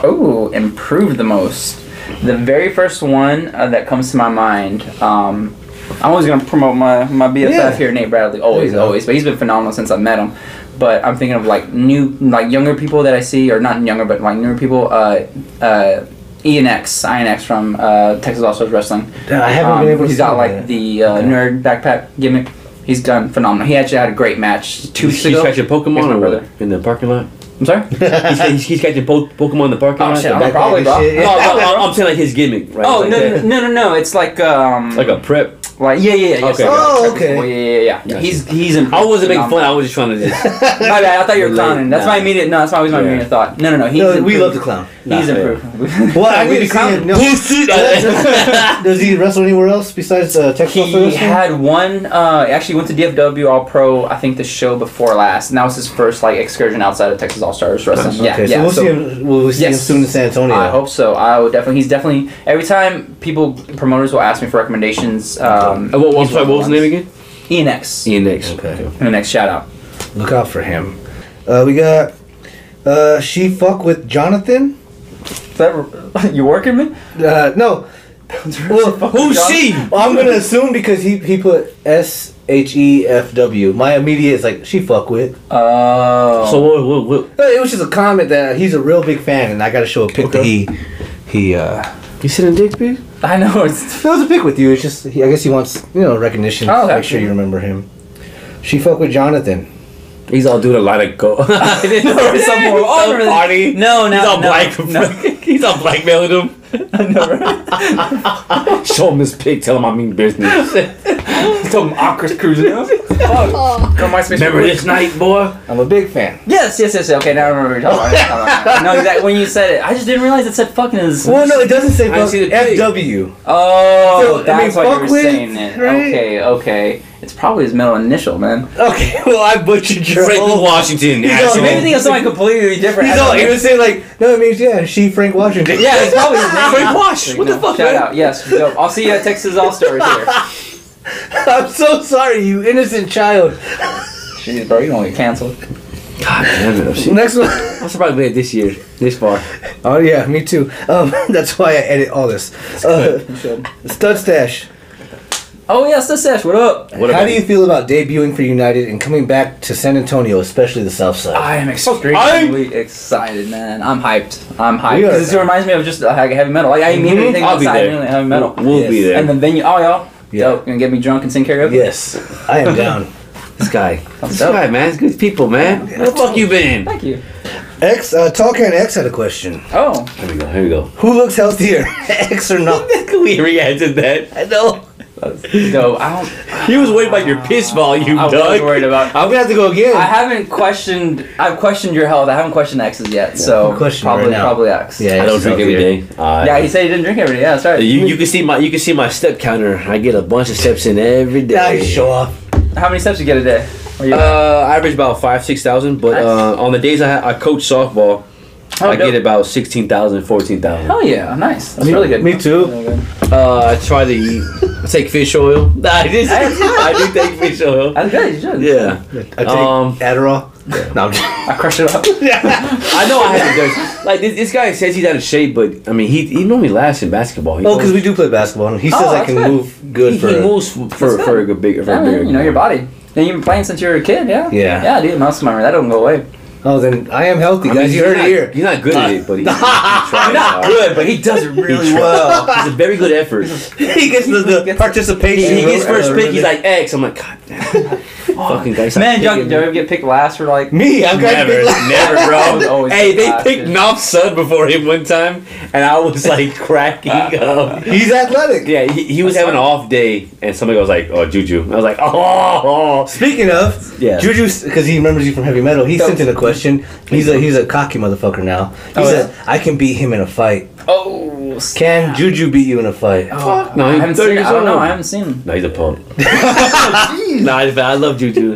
S1: Oh, improved the most. The very first one uh, that comes to my mind. Um, I'm always gonna promote my my BFF
S2: Yeah.
S1: here, Nate Bradley. Always,
S2: There you go.
S1: always. But he's been phenomenal since I met him. But I'm thinking of like new, like younger people that I see, or not younger, but like newer people. Uh, uh, ENX, INX from uh, Texas Also Wrestling.
S2: I haven't
S1: Um,
S2: been able to see
S1: He's got like
S2: that.
S1: the uh, nerd backpack gimmick. He's done phenomenal. He actually had a great match two
S4: He's
S1: weeks ago.
S4: catching
S1: Here's
S4: Pokemon
S1: my
S4: or
S1: brother.
S4: what? In the parking lot.
S1: I'm sorry.
S2: <laughs>
S4: He's, he's, he's catching po- Pokemon in the parking
S1: Oh
S4: lot.
S1: shit,
S4: No,
S1: I'm probably
S2: backpack
S1: bro.
S2: and shit, yeah.
S1: Oh,
S4: no, I'm saying like his gimmick, right?
S1: Oh
S4: Like
S1: no, no
S4: that.
S1: no no no! It's like um
S4: like a prep.
S1: like yeah yeah yeah.
S4: Okay.
S1: sorry.
S2: Oh,
S1: Like,
S2: okay.
S1: well, Yeah yeah yeah.
S4: Gotcha.
S1: He's he's in.
S4: I wasn't making fun. I was just trying to
S2: <laughs>
S4: <laughs> just.
S1: My bad. I thought you were
S4: Relate.
S1: clowning. That's my
S4: Nah.
S1: immediate. No, that's why was my
S4: Yeah.
S1: immediate thought. No no no. He's
S2: No, we
S1: improved.
S2: love the clown.
S1: He's
S4: Nah,
S2: <laughs>
S4: yeah.
S1: improved.
S2: Well, I
S1: We
S2: need to
S1: the
S2: see
S1: clown.
S2: him. <laughs> No. Does he wrestle anywhere else besides uh, Texas wrestler
S1: He
S2: wrestling?
S1: had one. Uh, actually went to DFW All Pro. I think the show before last, and that was his first like excursion outside of Texas All Stars wrestling. Yeah,
S2: okay,
S1: yeah.
S2: so we'll see him. We'll, we'll see him
S1: Yes.
S2: soon in San Antonio.
S1: I hope so. I would definitely. He's definitely. Every time people promoters will ask me for recommendations. Um,
S4: Uh, what, what,
S1: he's
S4: sorry,
S1: one
S4: what was
S1: of
S4: his
S1: the
S4: name again?
S1: ones. Ian X.
S4: Ian X.
S2: Okay.
S1: And the next shout out.
S2: Look out for him. Uh, we got uh, she fuck with Jonathan.
S1: <laughs> Is that, you working me?
S2: Uh, no, Well,
S1: Who's she?
S2: Well, I'm gonna assume because he he put S H E F W. My immediate is like she fuck with.
S1: Oh.
S4: So what? What? what
S2: Uh, It was just a comment that he's a real big fan, and I gotta show a pic that he he uh.
S4: you sitting dick, bitch?
S1: I
S2: <laughs>
S1: know it's.
S2: That was a pic with you. It's just he, I guess he wants you know recognition.
S1: Oh, okay.
S2: make sure you remember him. She fuck with Jonathan.
S4: He's all doing a lot of go.
S1: <laughs>
S4: I didn't know
S1: Or some more. Oh, really?
S4: party.
S1: No, no,
S4: <laughs> He's all
S1: no,
S4: black.
S1: no.
S4: <laughs> He's all blackmailing him.
S2: <laughs>
S4: Show him this pic. Tell him I mean <laughs> business.
S1: Some awkward cruising. Fuck. Come on, space.
S4: Remember this night, boy?
S2: I'm a big fan.
S1: Yes, yes, yes. yes. Okay, now I remember. what you're talking <laughs> about. no, exactly. When you said it, I just didn't realize it said fucking. Is
S2: Well, no, it doesn't say
S1: I
S2: fuck.
S1: see the pic.
S2: FW.
S1: Oh,
S2: So, I mean,
S1: that's why
S2: fuck
S1: you were
S2: with,
S1: saying it.
S2: right?
S1: Okay, okay. It's probably his middle initial, man.
S2: <laughs> Okay,
S1: <laughs>
S2: well I butchered your
S4: Franklin
S2: whole.
S4: Washington.
S2: all
S1: So
S4: asshole.
S1: maybe think of something completely different.
S2: He's
S1: I don't
S2: all
S1: know.
S2: he was saying like no, it means yeah, she Frank Washington. <laughs>
S1: yeah, it's probably his name.
S4: Frank Wash. What the
S1: No,
S4: fuck,
S1: Shout
S4: man?
S1: out. Yes, dope. I'll see you at Texas All Stars here.
S2: I'm so sorry, you innocent child.
S1: <laughs> Jeez, bro, you don't get canceled.
S4: God damn it! I've seen-
S2: Next one. <laughs>
S4: I'm surprised we had this year, this far.
S2: Oh yeah, me too. Um, <laughs> that's why I edit all this. Uh, Stud stash.
S1: Oh yeah, so Sesh, what up?
S4: What
S2: How
S4: about
S2: do
S4: you?
S2: you feel about debuting for United and coming back to San Antonio, especially the South Side?
S1: I am extremely excited, man. I'm hyped. I'm hyped.
S2: We are-
S1: 'Cause this reminds me of just uh, like heavy metal. Like I immediately think
S4: I'll be
S1: outside,
S4: there.
S1: immediately heavy metal.
S4: We'll be there.
S1: And the venue. Oh y'all,
S2: Yeah.
S1: dope. Gonna get me drunk and sing karaoke.
S2: Yes, I am
S4: <laughs>
S2: down.
S4: This guy. This
S1: up?
S4: guy, man. It's good people, man. Where the fuck you been?
S1: Thank you.
S2: X, uh, Talking X had a question.
S1: Oh,
S4: Here we go. Here we <laughs> go.
S2: Who looks healthier, <laughs> X or
S4: <laughs>
S2: not?
S4: Can we react to that?
S2: I know.
S1: dope. I don't.
S4: He was worried about your piss volume,
S1: I was
S4: dog.
S1: worried about.
S2: I'm gonna have to go again. <laughs>
S1: I haven't questioned. I've questioned your health. I haven't questioned X's yet. So
S2: I'm questioning
S1: probably
S2: right now.
S1: probably X.
S2: Yeah,
S4: I don't
S2: X
S4: drink
S2: is
S4: every
S2: healthier.
S4: day. Uh,
S1: Yeah, he said he didn't drink every day. Yeah, that's right.
S4: You, you can see my you can see my step counter. I get a bunch of steps in every day.
S2: Yeah, you show off.
S1: How many steps you get a day? Are you-
S4: Uh, I average about five six thousand, but uh, on the days I, ha- I coach softball,
S1: Oh,
S4: I
S1: dope.
S4: get about 16,000, 14,000.
S1: Hell yeah, nice. That's really good.
S2: Me too.
S1: Really good.
S4: Uh, I try to eat. I take fish oil. Nah, I, just, <laughs> I do take fish oil. <laughs>
S1: That's good. You should.
S4: Yeah,
S2: I take
S4: Um,
S2: Adderall. No, I'm just,
S1: I crushed it up.
S4: I know I have to. do- Like this, this guy says he's out of shape, but I mean he he normally lasts in basketball. He
S2: oh, because we do play basketball. And he says
S1: Oh,
S2: I
S1: that's
S2: can
S1: good.
S2: move good
S4: he,
S2: for.
S4: he moves for for, for a good big for
S1: Yeah,
S4: a
S1: man,
S4: bigger.
S1: you know your body. And you've been playing since you were a kid, yeah.
S2: Yeah.
S1: Yeah, dude, muscle memory that don't go away.
S2: Oh, then I am healthy,
S4: I mean,
S2: guys. you
S4: he's
S2: heard
S4: not-
S2: it here.
S4: He's not good at it, <laughs> but he, he tries hard.
S1: but he
S4: <laughs>
S1: does it
S4: He tries. It's a very good effort.
S2: <laughs> he gets the, the
S4: He,
S2: participation.
S4: he gets first pick. He's like X. I'm like God. Damn. <laughs> Fucking guys. <laughs>
S1: Man, John, do you ever get picked last for <laughs> like?
S2: me. I'm kind
S4: Never,
S2: of
S4: never, <laughs>
S1: was
S4: bro.
S1: always
S4: hey, they
S1: last,
S4: picked
S1: dude.
S4: Knopf's son before him one time, and I was like <laughs> cracking
S2: <laughs>
S4: up.
S2: He's athletic.
S4: Yeah, he, he was having an off day, and somebody was like, "Oh, Juju." I was like, <laughs> "Oh, oh."
S2: Speaking of,
S4: Yeah.
S2: Juju, because he remembers you from heavy metal, he sent in a question. He's a he's a cocky motherfucker now. He
S1: Oh,
S2: said, "I can beat him in a fight.
S1: Oh,
S2: Can Juju beat you in a fight?"
S1: fuck.
S4: Oh, No,
S1: I
S4: he's
S1: haven't
S4: 30
S1: seen. it.
S4: years
S1: I don't know.
S4: old.
S1: I haven't seen. him.
S4: No, he's a punk. <laughs> nah, I I love Juju.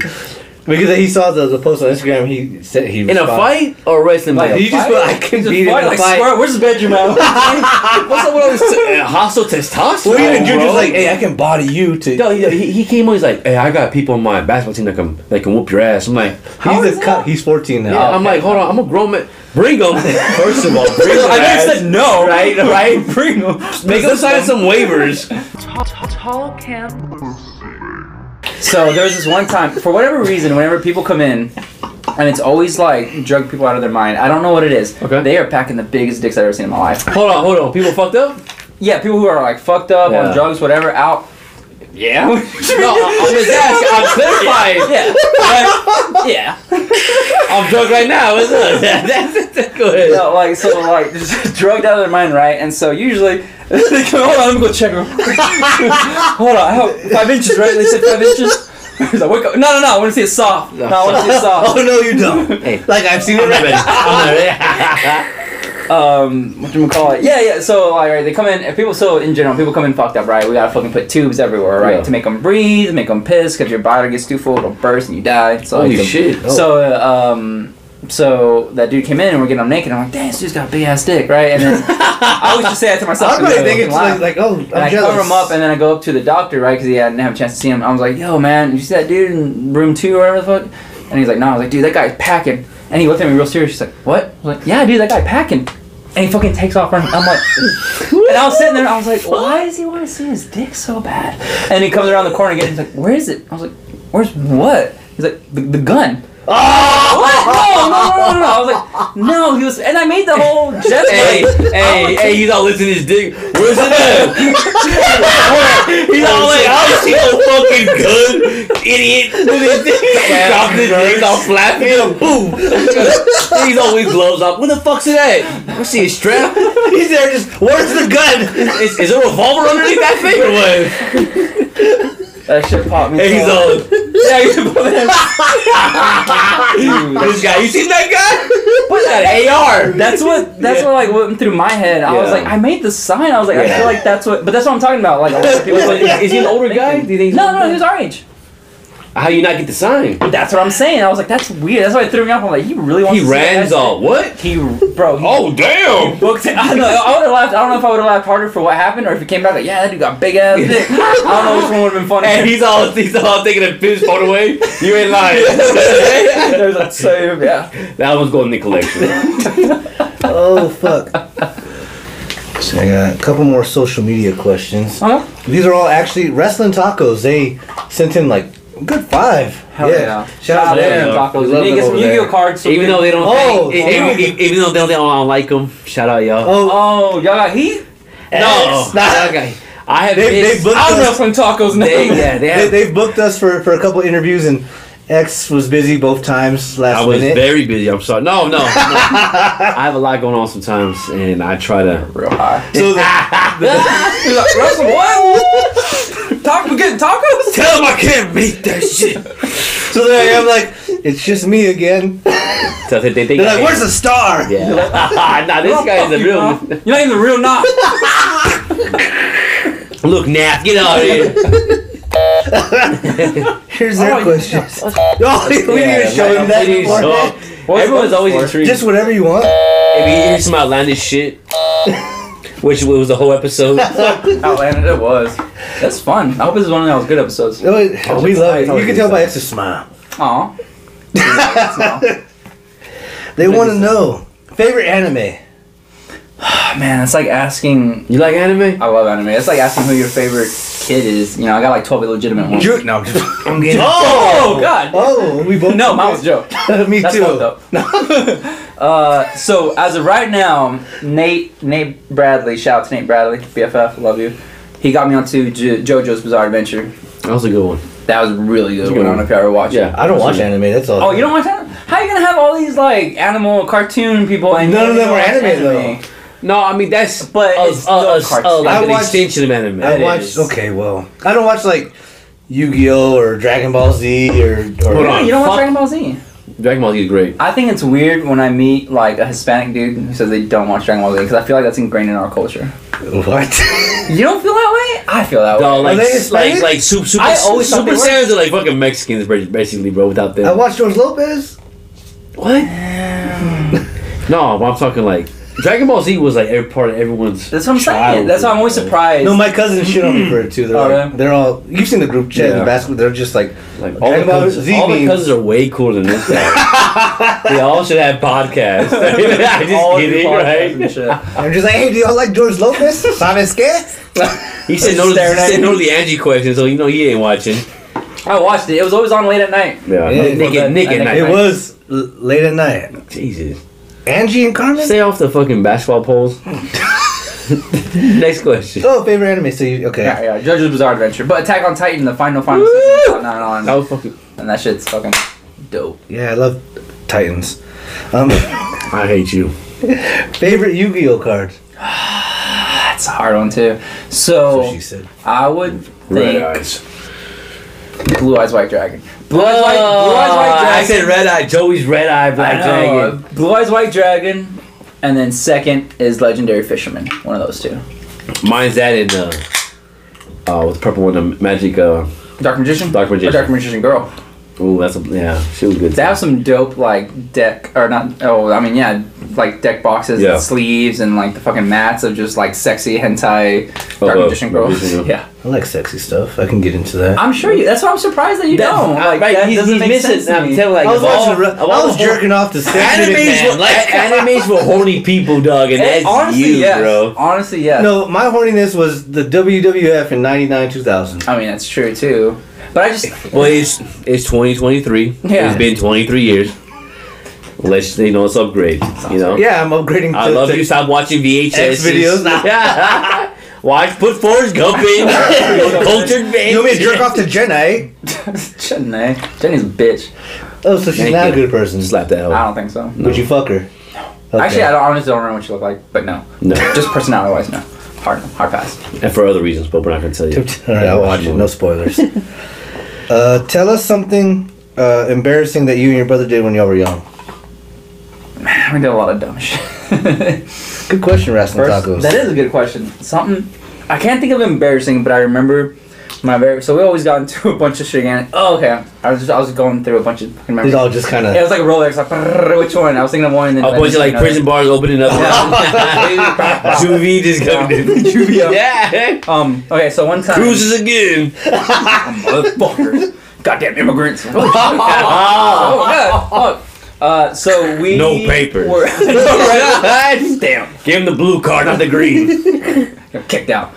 S2: Because he saw the, the post on Instagram. He said he
S4: <laughs> In a fight or wrestling
S1: Like,
S4: match?
S2: He just
S1: Fight?
S2: put, "I can
S1: Just
S2: beat him
S1: fight,
S2: in a
S1: like,
S2: fight."
S1: swear, where's the bedroom
S4: <laughs>
S1: at?
S4: What's up with all this uh, hostile testosterone?
S2: Well, even
S4: bro?
S2: Juju's like, "Hey, I can body you to."
S4: No, he, he- he came on. He's like, "Hey, I got people on my basketball team that can that can whoop your ass." I'm like,
S2: he's
S1: old is
S2: a
S1: he
S2: cock.
S1: now?
S2: He's 14 now.
S4: I'm like, "Hold on, I'm a grown man. Bring them Oh, <laughs> first of all. Bring them."
S1: I never said no. <laughs>
S4: Right, right.
S1: Bring him.
S4: Make them sign some waivers.
S8: Tall can.
S1: So there was this one time, for whatever reason, whenever people come in, and it's always like drug people out of their mind. I don't know what it is.
S4: Okay.
S1: They are packing the biggest dicks I've ever seen in my life.
S4: Hold on, hold on. People fucked <laughs> up.
S1: Yeah, people who are like fucked up
S4: Yeah.
S1: on drugs, whatever, out.
S4: Yeah. no, I- I'm just asking. I'm clarifying.
S1: <laughs> Yeah. Like, yeah.
S4: I'm drunk right now. What's <laughs> up? Go ahead.
S1: No, like so, like <laughs> just drugged out of their mind, right? And so usually, <laughs> they come, hold on, let me go check. real quick." <laughs> hold on, I have five inches, right? They said five inches. <laughs> He's like, wake up. No, no, no. I want to see it soft. No, I want to see it soft.
S2: <laughs> <laughs> oh no, you
S1: <laughs>
S2: don't.
S4: Hey.
S2: Like I've seen it.
S4: I'm not ready. I'm not <laughs> ready.
S1: um, what do you call it? Yeah, yeah. So like, right, they come in. If people, so in general, people come in fucked up, right? We gotta fucking put tubes everywhere, right,
S4: Yeah.
S1: to make them breathe, make them piss. Cause if your bladder gets too full, it'll burst and you die. So
S4: Holy
S1: like,
S4: shit. Oh.
S1: So uh, um, so that dude came in and we're getting him naked. I'm like, damn, this dude's got a big ass dick, right? And then I always just say that to
S2: <laughs>
S1: myself.
S2: I'm
S1: because
S2: really
S1: I
S2: thinking
S1: fucking
S2: it's like,
S1: laugh.
S2: like, oh, I'm
S1: And I
S2: jealous.
S1: cover him up, and then I go up to the doctor, right? Because he hadn't have a chance to see him. I was like, "Yo, man, you see that dude in room two or whatever the fuck?" And he's like, "No." I was like, "Dude, that guy's packing." And he looked at me real serious. He's like, "What?" I was like, "Yeah, dude, that guy packing." And he fucking takes off running. I'm
S4: <laughs>
S1: like, and I was sitting there. I was like, why does he want to see his dick so bad? And he comes around the corner again. He's like, where is it? I was like, where's what? He's like, the, the gun.
S4: Ah!
S1: Oh! No, no, no, no, no. I was like, no. He was, and I made the whole gesture.
S4: Hey, hey, hey, he's all listening to his dick. Where's it <laughs> at? he's all like, I don't see no fucking gun, idiot. With his dick. Dropping his dick, all flapping. Boom. he's always gloves up. What the fuck's it at? I see a strap. He's there just, where's the gun? Is, is there a revolver underneath that thing or what?
S1: That shit popped me.
S4: And he's
S1: so-
S4: all,
S1: Yeah, he's all.
S4: <laughs> this guy, you seen that guy? <laughs>
S1: What's that AR? That's what. That's what like went through my head. I was
S4: Yeah.
S1: like, I made the sign. I was like, I
S4: Yeah.
S1: feel like that's what. But that's what I'm talking about. Like, a lot of people-
S4: Is, is he an older guy? Do you think he's
S1: no,
S4: older?
S1: no, he was our age.
S4: How you not get the sign?
S1: That's what I'm saying. I was like, that's weird. That's why it threw me off. I'm like, he really wants. to
S4: He
S1: see
S4: ran
S1: that
S4: all, what?
S1: He, bro. He
S4: Oh, damn.
S1: booked it. I, know, I would have laughed. I don't know if I would have laughed harder for what happened or if it came back like, yeah, that dude got big ass dick.
S4: <laughs>
S1: I don't know which one would have been funny.
S4: And he's all <laughs> he's all taking a piss phone away. You ain't lying. <laughs> that
S1: <laughs> There's a save. Yeah.
S4: one's going in
S2: <laughs>
S4: the collection.
S2: <laughs>
S1: <laughs>
S2: Oh fuck. So I got a couple more social media questions.
S1: Huh?
S2: These are all actually wrestling tacos. They sent in like a good five.
S1: Hell yeah.
S2: Shout out to
S4: Shout
S2: them.
S4: out
S1: Tacos.
S2: We
S1: You
S2: love
S1: need
S2: them
S1: to get some
S2: over
S1: Yu-Gi-Oh
S2: there.
S1: cards. so
S4: even
S1: we-
S4: though they don't,
S2: Oh,
S4: e- e-
S2: wow.
S4: even, even though they don't, they don't like him. Shout out y'all.
S2: Oh,
S1: Oh, y'all got heat.
S4: no, that guy. I have
S2: They-
S4: missed-
S2: they booked
S1: I'm
S2: us.
S1: wrestling tacos now.
S4: They- yeah, they
S2: they,
S4: have.
S2: they've booked us for, for a couple interviews and X was busy both times last
S4: I was
S2: minute.
S4: very busy. I'm sorry. No,
S2: <laughs>
S4: no. no. I have a lot going on sometimes, and I try to.
S1: Real high.
S2: So the,
S4: <laughs>
S1: He's like, Russell, what? Taco, we getting tacos?
S4: Tell him I can't make that shit.
S2: so there I am like, it's just me again.
S4: So they, they think
S2: They're
S4: I
S2: like,
S4: am.
S2: where's the star?
S4: Yeah.
S2: <laughs>
S4: <laughs> nah, this guy is a real.
S1: You're not even the real knock.
S4: Look, Nap, get out of here.
S2: Here's their <laughs>
S1: Oh,
S2: questions. No, we didn't even show him that.
S4: It is
S2: before.
S4: so- Everyone's always intrigued.
S2: Just whatever you want.
S4: Oh, if you hear some outlandish shit,
S1: <laughs>
S4: which was the whole episode.
S1: Outlanded Oh, it was. That's fun. I hope this is one of those good episodes.
S2: No, it- we love it. You
S1: always
S2: can tell by X's smile.
S4: <laughs>
S1: Aw.
S2: They want to know favorite anime.
S1: Man, it's like asking.
S4: You like anime?
S1: I love anime. It's like asking who your favorite kid is. You know, I got like 12 illegitimate ones.
S2: Ju- no, I'm just-
S4: I'm getting.
S1: Oh, God.
S2: oh, we both.
S1: No, mine was Joe.
S2: <laughs> me
S1: That's
S2: too.
S1: fucked up. <laughs> uh, so as of right now, Nate Nate Bradley, shout out to Nate Bradley, BFF, love you. He got me onto J- JoJo's Bizarre Adventure.
S4: That was a good one.
S1: That was a really good. one. I don't know if you ever watched it.
S4: Yeah.
S2: I don't watch anime. That's all.
S1: Oh, you don't watch that? How are you gonna have all these like animal cartoon people and
S2: None of
S1: you
S2: them
S1: don't
S2: were
S1: watch
S2: anime, though.
S4: No, I mean that's
S1: But
S4: a,
S1: it's
S4: a,
S1: still
S4: a,
S1: cartoon.
S4: like
S2: I
S4: an
S2: watched-
S4: extension of anime.
S2: I
S1: It
S2: watch.
S1: is.
S2: Okay, well, I don't watch like Yu-Gi-Oh or Dragon Ball Z or. or
S4: Hold
S1: Yeah,
S4: on.
S1: you don't watch
S4: Fuck.
S1: Dragon Ball Z.
S4: Dragon Ball Z is great.
S1: I think it's weird when I meet like a Hispanic dude who says they don't watch Dragon Ball Z because I feel like that's ingrained in our culture.
S2: <laughs> What?
S1: You don't feel that way? I feel that way.
S4: No, like
S2: they
S4: s- like
S2: Hispanic?
S4: like super super,
S1: I always thought
S4: super
S1: they were.
S4: Saiyans are like fucking Mexicans bas- basically, bro. Without them,
S2: I watch George Lopez.
S4: what? <laughs> no, but I'm talking like Dragon Ball Z was like every part of everyone's.
S1: That's what I'm saying.
S4: childhood,
S1: That's why I'm always
S4: bro.
S1: surprised.
S2: No, my cousins shit on me for it too. They're
S1: Oh,
S2: like,
S1: really?
S2: they're all. You've seen the group chat in
S4: Yeah.
S2: the basket. They're just like,
S4: Like all, the
S2: Dragon Ball
S4: cousins,
S2: Z
S4: all the
S2: memes.
S4: cousins are way cooler than this guy. they all should have
S1: <laughs>
S4: podcasts. <laughs> I'm just
S1: All
S4: kidding,
S1: your podcasts and
S4: right?
S1: shit.
S2: I'm just like, hey, do y'all like George Lopez? Sabes qué?
S4: He said no. To, he
S1: Staring at
S4: said
S1: you.
S4: no to the Angie question, so you know he ain't watching.
S1: <laughs> I watched it. It was always on late at night.
S4: Yeah,
S2: Yeah,
S4: Nick, and Nick,
S1: I
S4: and
S1: think
S2: It
S4: Nick.
S2: was l- late at night.
S4: Jesus,
S2: Angie and Carmen.
S4: stay off the fucking basketball poles. <laughs> Next question.
S2: Oh, favorite anime. So you okay?
S1: Yeah, yeah. Judge's Bizarre Adventure, but Attack on Titan, the final final season, out now and
S4: That
S1: on,
S4: was fucking.
S1: and that shit's fucking dope.
S2: Yeah, I love Titans. Um, <laughs>
S4: I hate you.
S2: favorite Yu-Gi-Oh card.
S1: That's a hard one too. So
S2: said.
S1: I would
S4: Red
S1: think
S4: eyes.
S1: Blue Eyes White Dragon. Blue Eyes White, Blue Eyes White Dragon.
S4: Ah, Oh, I said red eye. Joey's red eye
S1: I
S4: black
S1: know,
S4: dragon.
S1: uh, Blue Eyes White Dragon, and then second is Legendary Fisherman. One of those two.
S4: Mine's that in uh, uh, with the purple one, the magic. Uh,
S1: Dark Magician.
S4: Dark
S1: Or
S4: Magician.
S1: Dark Magician Girl.
S4: oh, that's a yeah. She was good.
S1: They have some dope like deck or not oh I mean yeah like deck boxes
S4: Yeah.
S1: and sleeves and like the fucking mats of just like sexy hentai
S4: Oh,
S1: dark
S4: oh,
S1: magician girls
S4: magician girl.
S1: yeah
S2: I like sexy stuff. I can get into that.
S1: I'm sure you. That's why I'm surprised that you
S4: That's-
S1: don't.
S4: uh,
S1: Like,
S4: right,
S1: that
S4: he's-
S1: doesn't
S4: he's
S1: make
S4: missing-
S1: sense to
S4: I'm
S1: me.
S4: telling you, like,
S2: I was
S4: of all-
S2: watching.
S4: of
S2: I
S4: all
S2: was
S4: the whole-
S2: jerking off to <laughs> sensitive
S4: Animes
S2: man.
S4: were like animes were horny people,
S2: <laughs>
S4: dog, and that's
S1: honestly,
S4: you,
S1: yes.
S4: bro.
S1: Honestly, yes.
S2: No, my horniness was the WWF in '99, 2000.
S1: I mean that's true too. But I just <laughs>
S4: Well, it's it's 2023.
S1: Yeah.
S4: It's been 23 years. Let's you know, let's upgrade. You know.
S2: Yeah, I'm upgrading.
S4: I
S2: to-
S4: love
S2: to-
S4: you. Stop watching VHS
S2: X videos.
S4: <laughs> Yeah. Watch. Put Forrest Gump
S2: <laughs>
S4: in. Cultured man.
S2: You want me to jerk off to Jenna? eh?
S1: Jenny, Jenny's a bitch.
S2: Oh, so she's
S4: Thank
S2: not
S4: you.
S2: a good person.
S4: Slap that
S1: I
S4: hell.
S1: don't think so.
S2: Would you fuck her? <laughs> Okay.
S1: Actually, I don't, honestly don't remember what you look like, but
S4: <laughs>
S1: no,
S4: No.
S1: just personality wise, no. Hard, hard pass. <sighs>
S4: And for other reasons, but we're not gonna tell you.
S2: <laughs> All right, I'll watch it. No spoilers. uh, tell us something uh, embarrassing that you and your brother did when y'all were young.
S1: Man, we did a lot of dumb shit. <laughs>
S2: Good question, Rascal
S1: First-
S2: Tacos.
S1: that is a good question. Something I can't think of embarrassing, but I remember my very. So we always got into a bunch of shit again. Oh, okay. I was just I was going through a bunch of fucking memories.
S2: These all just kind
S1: It
S2: of.
S1: was like a roller. It's like "Brrr, which one? I was thinking of one. And then
S4: A
S1: I
S4: bunch
S2: <laughs>
S1: just
S4: of Oh, like
S1: another.
S4: prison bars opening up. Juvie just coming in.
S1: Juvie.
S4: Yeah.
S1: Um. Okay. So one time. Ah,
S4: Cruises again.
S1: motherfuckers. Goddamn immigrants. oh, Ah. God. Fuck. Uh, so we
S4: No papers.
S1: were <laughs>
S4: Damn. <laughs> Give him the blue card, not the green.
S1: kicked out.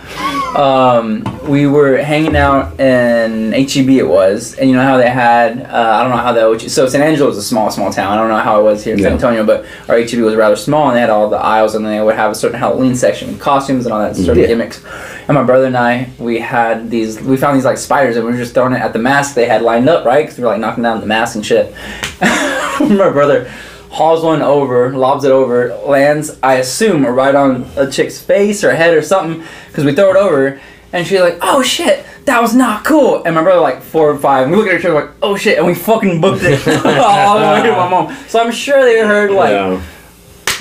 S1: Um, we were hanging out in HEB. It was, and you know how they had. Uh, I don't know how that. Which, so San Angelo is a small, small town. I don't know how it was here in San
S4: Yeah.
S1: Antonio, but our HEB was rather small, and they had all the aisles, and they would have a certain Halloween section with costumes and all that sort of gimmicks. And my brother and I, we had these. We found these like spiders, and we were just throwing it at the mask they had lined up, right? Because we were like knocking down the mask and shit. <laughs> my brother hauls one over, lobs it over, lands, I assume, right on a chick's face or head or something, because we throw it over, and she's like, oh shit, that was not cool. And my brother, like, four or five, and we look at each other, like, oh shit, and we fucking booked it <laughs> all the way to my mom. So I'm sure they heard, like,
S4: Yeah.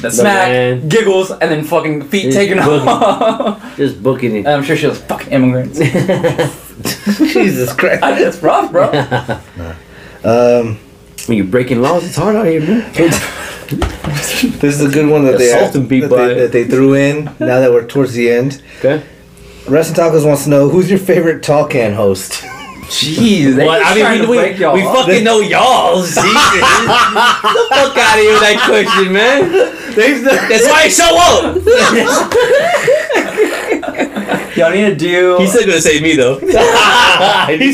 S1: the smack,
S4: land.
S1: giggles, and then fucking feet
S4: It's
S1: taken
S4: boogie.
S1: off. <laughs>
S4: Just booking it.
S1: and I'm sure she was fucking
S2: <laughs>
S1: immigrants.
S2: Jesus Christ.
S1: I- it's rough, bro.
S2: Um,
S4: When you're breaking laws, it's hard out here, man.
S2: this is a good one that they,
S4: Assaulting people.
S2: that they that they threw in. Now that we're towards the end,
S4: Okay.
S2: Rascal Tacos wants to know who's your favorite tall can host.
S1: Jeez, they
S4: Well,
S1: just
S4: I
S1: trying to
S4: mean, we,
S1: break
S4: we,
S1: y'all
S4: we
S1: up.
S4: fucking know y'all. Jesus. Get the fuck out of here with that question, man.
S2: There's no-
S4: That's why he's so old.
S1: Y'all need to do.
S4: He's still gonna save me
S2: <laughs>
S4: though.
S2: He's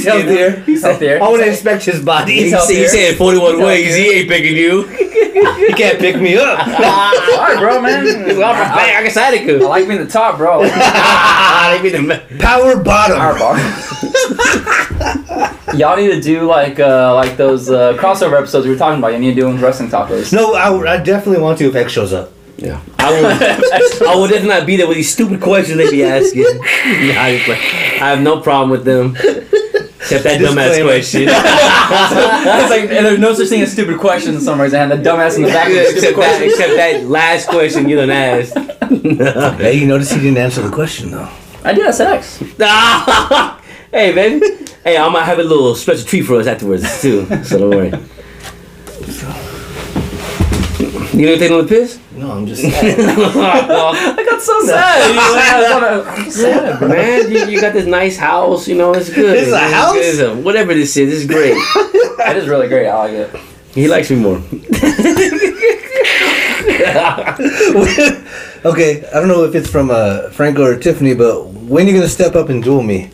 S2: healthier.
S1: He's out there.
S2: I want to inspect his body. <laughs>
S4: He
S1: He's
S4: said,
S1: out
S4: he
S1: there.
S4: said 41
S1: He's out
S4: ways. He ain't picking you.
S2: He can't <laughs> pick me up.
S1: All right, bro, man. I,
S4: I guess I
S1: <laughs>
S4: had
S1: I like being the top, bro. I like being
S2: Power
S1: the
S2: bottom.
S1: power bar. <laughs> Y'all need to do like uh, like those uh, crossover episodes we were talking about. You need to do them with wrestling tacos.
S2: No, I, I definitely want to if X shows up.
S4: Yeah. I would, I would definitely not be there with these stupid questions they be asking. Nah, I, just play. I have no problem with them. Except that dumbass
S2: Disclaimer. <laughs>
S4: question.
S1: it's like and there's no such thing as stupid questions in some reason. And the dumbass in the back of the stupid
S4: except, that,
S1: question.
S4: except that last question you done asked. <laughs>
S2: Hey, you notice he didn't answer the question though.
S1: I did have sex.
S4: Ah, hey, baby. Hey, I might have a little special treat for us afterwards, too. So don't worry. You gonna take another piss? <laughs> Oh,
S2: No, I'm just. Sad.
S1: I got so <laughs> sad. <laughs> I'm sad, bro.
S4: Man, you, you got this nice house, you know, it's good.
S2: This is a
S4: It's
S2: house?
S4: good. It's a- whatever this is, it's great.
S1: That is really great. I like it.
S4: He likes me more.
S2: <laughs> okay, I don't know if it's from uh, Franco or Tiffany, but when you gonna step up and duel me?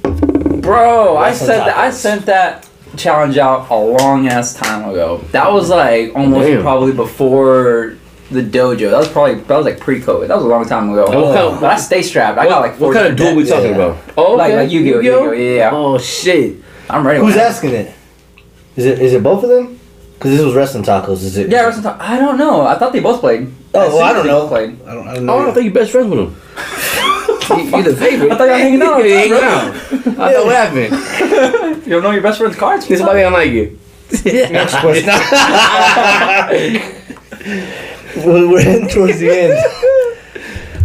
S1: Bro, I
S2: Wrestling
S1: said that, I
S2: tacos.
S1: sent that challenge out a long ass time ago. That was like almost
S4: Damn.
S1: probably before the dojo. That was probably that was like pre-COVID. That was a long time ago.
S4: What kind of-
S1: but I stay strapped. I got like four
S4: what kind of duel
S1: different
S4: we
S1: decks.
S4: talking
S2: Yeah.
S4: about? Oh,
S1: Like- like Yu-Gi-Oh, Yu-Gi-Oh, yeah, yeah.
S4: Oh shit!
S1: I'm ready.
S2: Who's
S1: when I-
S2: asking it? Is it is it both of them? Because this was wrestling tacos. Is it?
S1: Yeah, wrestling talk. I don't know. I thought they both played.
S2: Oh, well, I don't
S1: assumed they
S2: know.
S1: both Played.
S2: I don't. I don't know.
S4: Oh, I don't think you're best friends with him. you, you're the favorite.
S1: I thought y'all hanging out.
S4: You hanging out. I thought what happened?
S1: You don't know your best friend's cards.
S4: <laughs> This is why I don't like you. <laughs>
S2: Next question. <laughs> We're we're heading towards the end.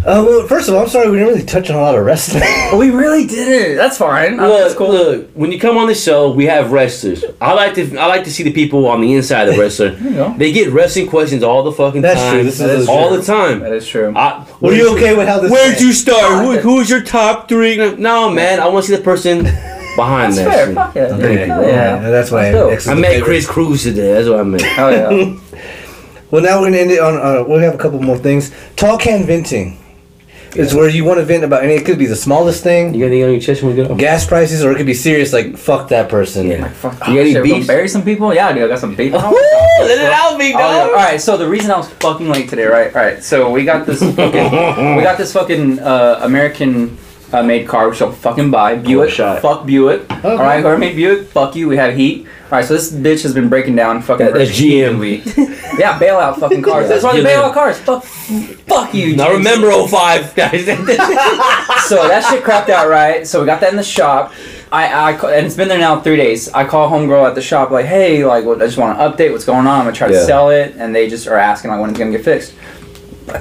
S2: Uh, well, first of all, I'm sorry we didn't really touch on a lot of wrestling.
S1: We really did it. That's fine.
S4: Look, look. When you come on the show, we have wrestlers. I like to, I like to see the people on the inside of the wrestler.
S1: go.
S4: they get wrestling questions all the fucking
S2: That's
S4: time.
S2: true. This
S1: is
S4: all
S1: true.
S4: the time.
S1: That is true.
S4: I,
S2: Were you okay with how this?
S4: <laughs> Where'd
S2: went?
S4: you start? Who, who's your top three? No, man. I want to see the person behind
S1: That's
S4: that.
S1: fair.
S4: shit.
S1: Fuck yeah.
S4: Thank you.
S1: Hell yeah.
S2: Yeah, that's why.
S1: Let's go.
S2: X is
S4: I
S2: the
S4: met
S2: favorite.
S4: Chris Cruz today. That's what I meant.
S1: Hell yeah.
S2: Well, now we're gonna end it on. Uh, we have a couple more things. Tall can venting. It's where you want to vent about any. It could be the smallest
S4: You
S2: thing,
S4: got anything on your chest when we <laughs> get off?
S2: gas prices, or it could be serious, like fuck that person.
S4: Yeah.
S1: Fuck.
S4: You got any
S1: Shit, we gonna
S4: beefs?
S1: bury some people? Yeah, dude. I got some beef.
S4: let it out, big
S1: Oh, All right, so the reason I was fucking late today, right? All right, so we got this
S4: <laughs>
S1: fucking, we got this fucking uh, American uh, made car, which I'll fucking buy. Buick,
S4: shot.
S1: fuck Buick. All right, whoever made Buick, fuck you. We have heat. All right, so this bitch has been breaking down fucking.
S4: That- that's GM.
S1: repeatedly. yeah, bailout
S4: <laughs>
S1: fucking cars. That's why they
S4: Yeah,
S1: bail
S4: man.
S1: out cars. Fuck, fuck you.
S4: Now
S1: James.
S4: remember 05, <laughs> guys.
S1: so that shit crapped out, right? So we got that in the shop. I, I ca- and it's been there now three days. I call homegirl at the shop like, hey, like what, I just want to update what's going on. I'm gonna try
S4: Yeah.
S1: to sell it, and they just are asking like when it's gonna get fixed.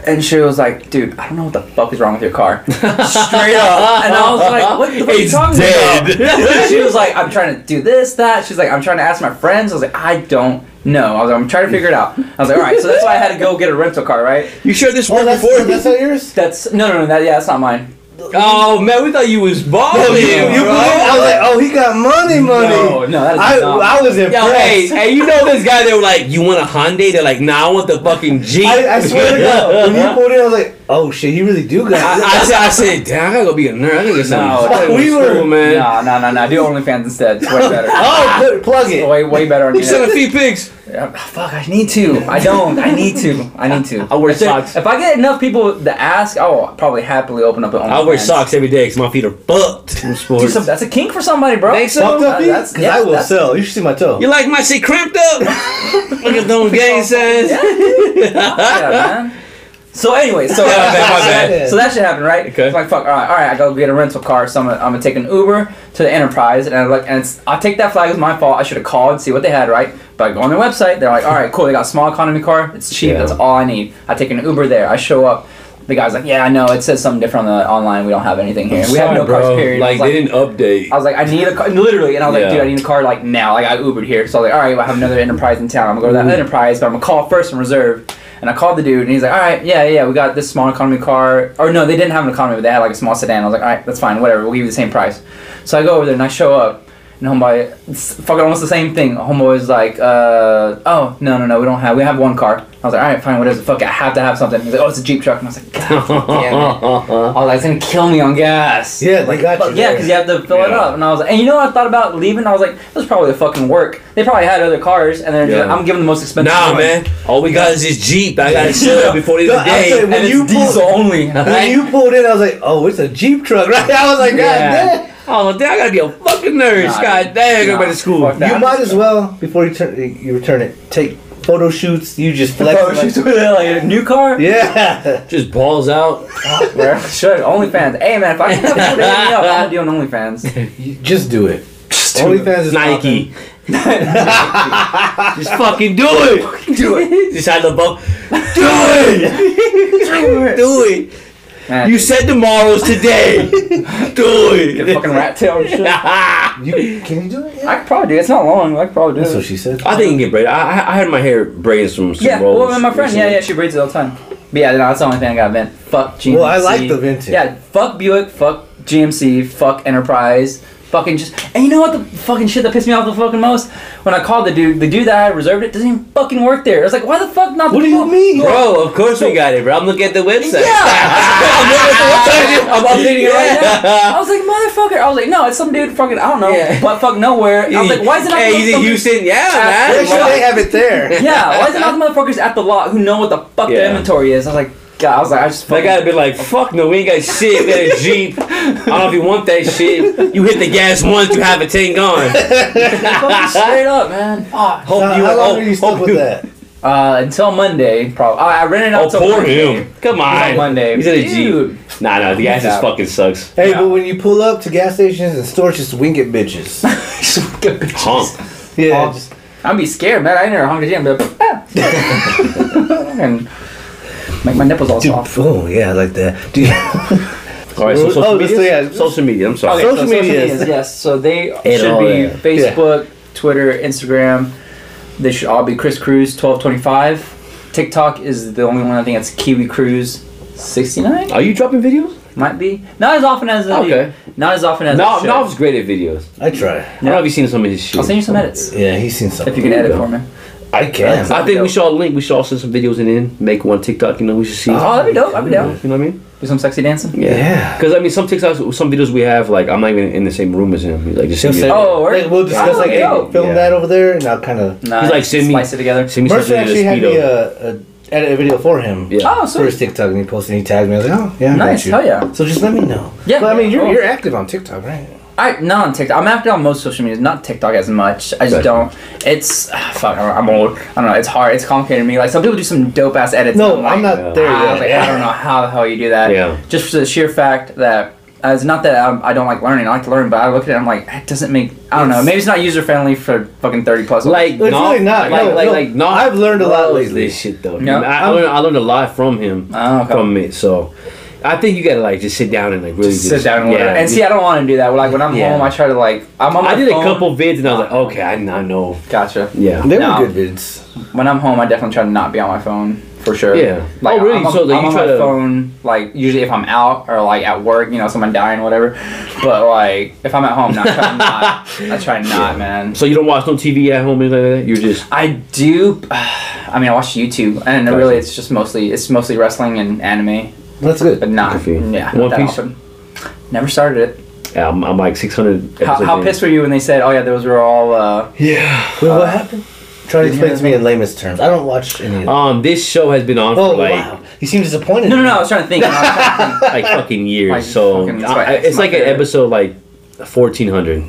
S1: And she was like, dude, I don't know what the fuck is wrong with your car. Straight up. And I was like, what the fuck are you
S4: It's
S1: talking
S4: dead.
S1: about? <laughs> she was like, I'm trying to do this, that. She's like, I'm trying to ask my friends. I was like, I don't know. I was like, I'm trying to figure it out. I was like, all right, so that's why I had to go get a rental car, right?
S4: <laughs> you sure this
S2: Oh,
S4: worked
S2: that's
S4: before?
S2: that's not yours.
S1: That's, no, no, no, that, yeah, that's not mine.
S4: Oh, man, we thought you was balling.
S2: you, you
S4: Oh, bro.
S2: blew it. I was like, oh, he got money, money.
S1: No, no, that is
S2: I,
S1: not-
S2: I was impressed.
S4: Yo, hey, hey, you know this guy? They were like, "You want a Hyundai?" They're like, "Nah, I want the fucking Jeep."
S2: I, I swear to
S4: Yeah. <laughs>
S2: God, when you pulled in, I was like, oh shit, he really do got.
S4: I, I said, "I said, damn, I gotta go be a nerd. I gotta get
S1: No,
S4: something."
S2: we were-
S4: Cool, man.
S1: No, no, no, no. Do OnlyFans instead. It's way better.
S4: <laughs>
S2: oh, good, plug it.
S1: way, way better on
S4: You sent a
S1: the
S4: few pics.
S1: yeah, Fuck, I need to. I don't. I need to. I need to.
S4: I wear
S1: If there-
S4: socks.
S1: If I get enough people to ask, I'll probably happily open up an OnlyFans.
S4: I wear socks every day because my feet are fucked from
S1: Do
S4: sports.
S1: some, that's a kink for somebody, bro.
S4: Think so?
S2: Fucked up,
S1: Uh,
S2: feet?
S1: that's-
S2: 'Cause
S1: yeah,
S2: I will
S1: that's-
S2: sell. You should see my toe.
S4: You like my shit cramped up? Look at them gang signs.
S1: Yeah, man. So anyway, so
S4: Yeah, my bad, my
S2: bad.
S1: so that should happen, right?
S4: Okay.
S1: So like, fuck, all right, all right, I gotta get a rental car, so I'm gonna, I'm gonna take an Uber to the Enterprise, and I like, and it's, I take that flag as my fault. I should have called and see what they had, right? But I go on their website, they're like, all right, cool, they got a small economy car, it's cheap,
S4: Yeah.
S1: that's all I need. I take an Uber there, I show up, the guy's like, yeah, I know, it says something different on the online, we don't have anything here, we have no cars, period. I was
S4: didn't update.
S1: I was like, I need a car, literally, and I was
S4: Yeah.
S1: like, dude, I need a car like now. Like I Ubered here, so I was like, all right, well, I have another enterprise in town. I'm gonna go to that enterprise, but I'm gonna call first and reserve. And I called the dude, and he's like, all right, yeah, yeah, we got this small economy car. Or no, they didn't have an economy, but they had like a small sedan. I was like, all right, that's fine, whatever, we'll give you the same price. So I go over there and I show up. And homeboy, it's fucking almost the same thing. Homeboy is like, uh, oh no no no, we don't have, we have one car. I was like, all right, fine, what is it? Fuck, it, I have to have something. He's like, oh, it's a jeep truck, and I was like, <laughs> god damn it. I was like, it's gonna kill me on gas.
S2: Yeah, they got
S1: But
S2: you
S1: yeah,
S2: there.
S1: because you have to fill it
S4: Yeah.
S1: up. And I was like, and you know what I thought about leaving? I was like, this is probably the fucking work. They probably had other cars, and then
S4: Yeah.
S1: I'm giving the most expensive.
S4: <laughs> Nah,
S1: one.
S4: man. All we got is this Jeep. I gotta sell it before the
S2: No,
S4: end
S2: I'll
S4: of the day.
S2: tell you
S1: And
S2: When
S1: it's
S2: you pull-
S1: diesel only. <laughs>
S2: When you pulled in, I was like, oh, it's a Jeep truck, <laughs> right? I was like, god
S1: Yeah.
S2: damn.
S4: Oh, damn, I gotta be a fucking nerd.
S1: Nah,
S4: God damn,
S1: nah.
S4: go back to school.
S1: Fuck that.
S2: You might as well before you turn you return it. Take photo shoots. You just flex.
S1: Bro, she's with like a new
S2: <laughs>
S1: car.
S2: yeah.
S4: Just balls out.
S1: <laughs> Bro, should OnlyFans. Hey man, if I can have people to hit me up, I'm gonna do an OnlyFans.
S2: Just do it. OnlyFans is
S4: Nike. <laughs> Just fucking do
S1: <laughs>
S4: it. Do it. Just had the boat. Do it. Do it.
S1: Man,
S4: You said tomorrow's <laughs> today. Do
S1: dude,
S4: it.
S1: fucking rat tail
S4: <laughs>
S1: and shit. I
S2: popping. You can you do it? Yeah.
S1: could probably do. it. It's not long. I could probably
S2: That's
S1: do.
S2: what
S1: it.
S2: she said.
S4: I think you can get braids. I, I- I had my hair braids from some
S1: Yeah,
S4: rolls.
S1: well, then my friend, yeah, yeah, she braids it all the time. But yeah, no, that's the only thing I got vent. Fuck GMC.
S2: Well, I like the vintage.
S1: Yeah, fuck Buick, fuck GMC, fuck Enterprise, fucking just. And you know what? The fucking shit that pissed me off the fucking most when I called the dude, the dude that I had reserved it doesn't even fucking work there. I was like, why the fuck not?
S2: What do you mean? <laughs>
S4: Bro, of course we got it, bro. I'm looking at the website. <laughs>
S1: Yeah, I'm updating it right
S4: Yeah.
S2: <laughs>
S1: now. I was like, motherfucker. I was like, no, it's some dude fucking I don't know,
S4: Yeah.
S1: but fuck nowhere. I was like, why is it not?
S4: Hey,
S1: the
S4: he's in
S1: motherfuckers-
S4: Houston. Yeah, man.
S2: They should they have it there.
S1: Yeah, why is it not the motherfuckers at the lot who know what the fuck
S4: Yeah.
S1: their inventory is? I was like, God, I was like, I just
S4: That
S1: fucking.
S4: guy be like, fuck no, we ain't got shit. We got a Jeep. I don't know if you want that shit. You hit the gas once, you have a
S1: <laughs>
S4: tank gone.
S1: Fucking straight up, man. Fuck.
S4: Hope
S2: Now,
S4: you
S2: how long
S4: hope-
S2: are you stuck
S4: hope
S2: with
S4: oh, you-
S2: that?
S1: Uh, until Monday, probably. I I rented out
S4: Oh,
S1: until
S4: poor
S1: Monday.
S4: him. Come
S1: He's
S4: on.
S1: on Monday.
S4: He's in a
S1: Dude.
S4: Jeep. Nah, nah, the gas just
S1: Yeah.
S4: fucking sucks.
S2: Hey,
S1: Yeah.
S2: but when you pull up to gas stations and stores, just wink at bitches.
S1: <laughs>
S4: Hump.
S2: Yeah.
S1: Oh.
S2: just-
S1: <laughs> I'd be scared, man. I ain't never hung a gym, but. "Ah." Make my nipples all
S2: Dude,
S1: soft.
S2: oh yeah, I like that. Dude,
S4: All right, so
S2: Oh,
S4: social
S2: so
S4: media.
S2: yeah.
S4: <laughs> Social media. I'm sorry.
S2: Okay. social media is-
S1: yes. So
S4: <laughs>
S1: they
S4: It
S1: should
S4: all
S1: be
S4: is.
S1: Facebook, Twitter, Instagram. They should all be Chris Cruz twelve twenty five. TikTok is the only one I think that's Kiwi Cruz sixty nine.
S4: Are you dropping videos?
S1: Might be not as often as I do.
S4: Okay.
S1: Not as often as I
S4: No,
S1: should.
S4: Nov's great at videos.
S2: I try.
S4: I don't know if you've seen some of his shit.
S1: I'll send you some edits
S2: Yeah, he's seen
S1: if
S2: something.
S1: you can edit for me.
S2: I can.
S4: I think we should all link. We should all send some videos and then make one TikTok. You know, we should see.
S1: Oh, that'd be dope. I'd be down.
S4: You know what I mean?
S1: Do some sexy dancing.
S2: Yeah.
S4: Because I mean, some TikToks, some videos we have, like I'm not even in the same room as him. He's like, just send me.
S2: He'll
S4: Oh.
S1: Oh,
S2: Like, we'll discuss like, hey,
S1: yo.
S2: film
S4: Yeah.
S2: that over there, and I'll kind of.
S1: Nah,
S4: He's like, send me-
S1: slice "Oh, it together.
S4: Send me
S2: Mercer
S4: something in a
S2: actually had me
S4: speedo.
S2: uh, uh, edit a video for him.
S4: Yeah.
S1: Oh,
S2: For his
S1: sweet.
S2: TikTok, and he posted, and he tagged me. I was like, oh yeah, I got
S1: Nice.
S2: you.
S1: Hell yeah.
S2: So just let me know.
S1: Yeah.
S2: But I mean, you're,
S1: Oh.
S2: you're active on TikTok, right?
S1: I not on TikTok. I'm active on most social media. Not TikTok as much. I just
S4: Gotcha.
S1: don't. It's <sighs> ah, fuck. I'm I'm old. I don't know. It's hard. It's complicated to me. Like some people do some dope ass edits.
S2: No,
S1: and
S2: I'm
S1: like,
S2: not there
S1: ah, I, was
S2: yet.
S1: like, I don't know how the hell you do that.
S4: Yeah.
S1: Just for the sheer fact that uh, it's not that I'm, I don't like learning. I like to learn, but I look at it. I'm like, that doesn't make. I don't know. Maybe it's not user friendly for fucking thirty plus.
S4: Like,
S2: It's really not.
S4: Like,
S2: No,
S4: like,
S2: no.
S4: like, no.
S2: I've learned a lot
S4: loves
S2: lately.
S4: This shit though.
S1: No.
S4: I, I,
S1: I'm-
S4: learned, I learned a lot from him.
S1: Oh, okay.
S4: From it, so I think you gotta like just sit down and like really
S1: just sit down and learn. And see, I don't want to do that. Like when I'm
S4: Yeah.
S1: home, I try to like. I'm on my
S4: I did a
S1: phone.
S4: couple vids and I was like, okay, I, I know.
S1: Gotcha.
S4: Yeah.
S2: They
S1: No.
S2: were good vids.
S1: when I'm home, I definitely try to not be on my phone for sure.
S4: Yeah.
S1: Like,
S4: Oh, really?
S1: I'm, on-
S4: So, like,
S1: I'm
S4: you
S1: on
S4: try
S1: my
S4: to-
S1: phone like usually if I'm out or like at work, you know, someone dying, whatever. But like if I'm at home, no, I try
S4: <laughs>
S1: not. I try not, man.
S4: So you don't watch no TV at home or anything like that. You're just
S1: I do. <sighs> I mean, I watch YouTube, and really, it's just mostly it's mostly wrestling and anime,
S2: That's good.
S1: but not
S4: Goofy.
S1: yeah.
S4: One
S1: not that
S4: Piece?
S1: often. Never started it.
S4: Yeah, I'm, I'm like 600.
S1: How, how pissed were you when they said, "Oh yeah, those were all"? Uh,
S4: Yeah.
S2: Wait, what happened? Try to explain to me in lamest terms. I don't watch any of that.
S4: Um, this show has been on
S2: Oh,
S4: for like
S2: wow. You seem disappointed.
S1: no, no, no. I was trying to think. I was trying
S2: <laughs>
S1: to think.
S4: <laughs> like fucking years.
S1: Like,
S4: so
S1: fucking-
S4: I- I-
S1: it's
S4: it's
S1: my
S4: like an
S1: favorite.
S4: episode like 1400.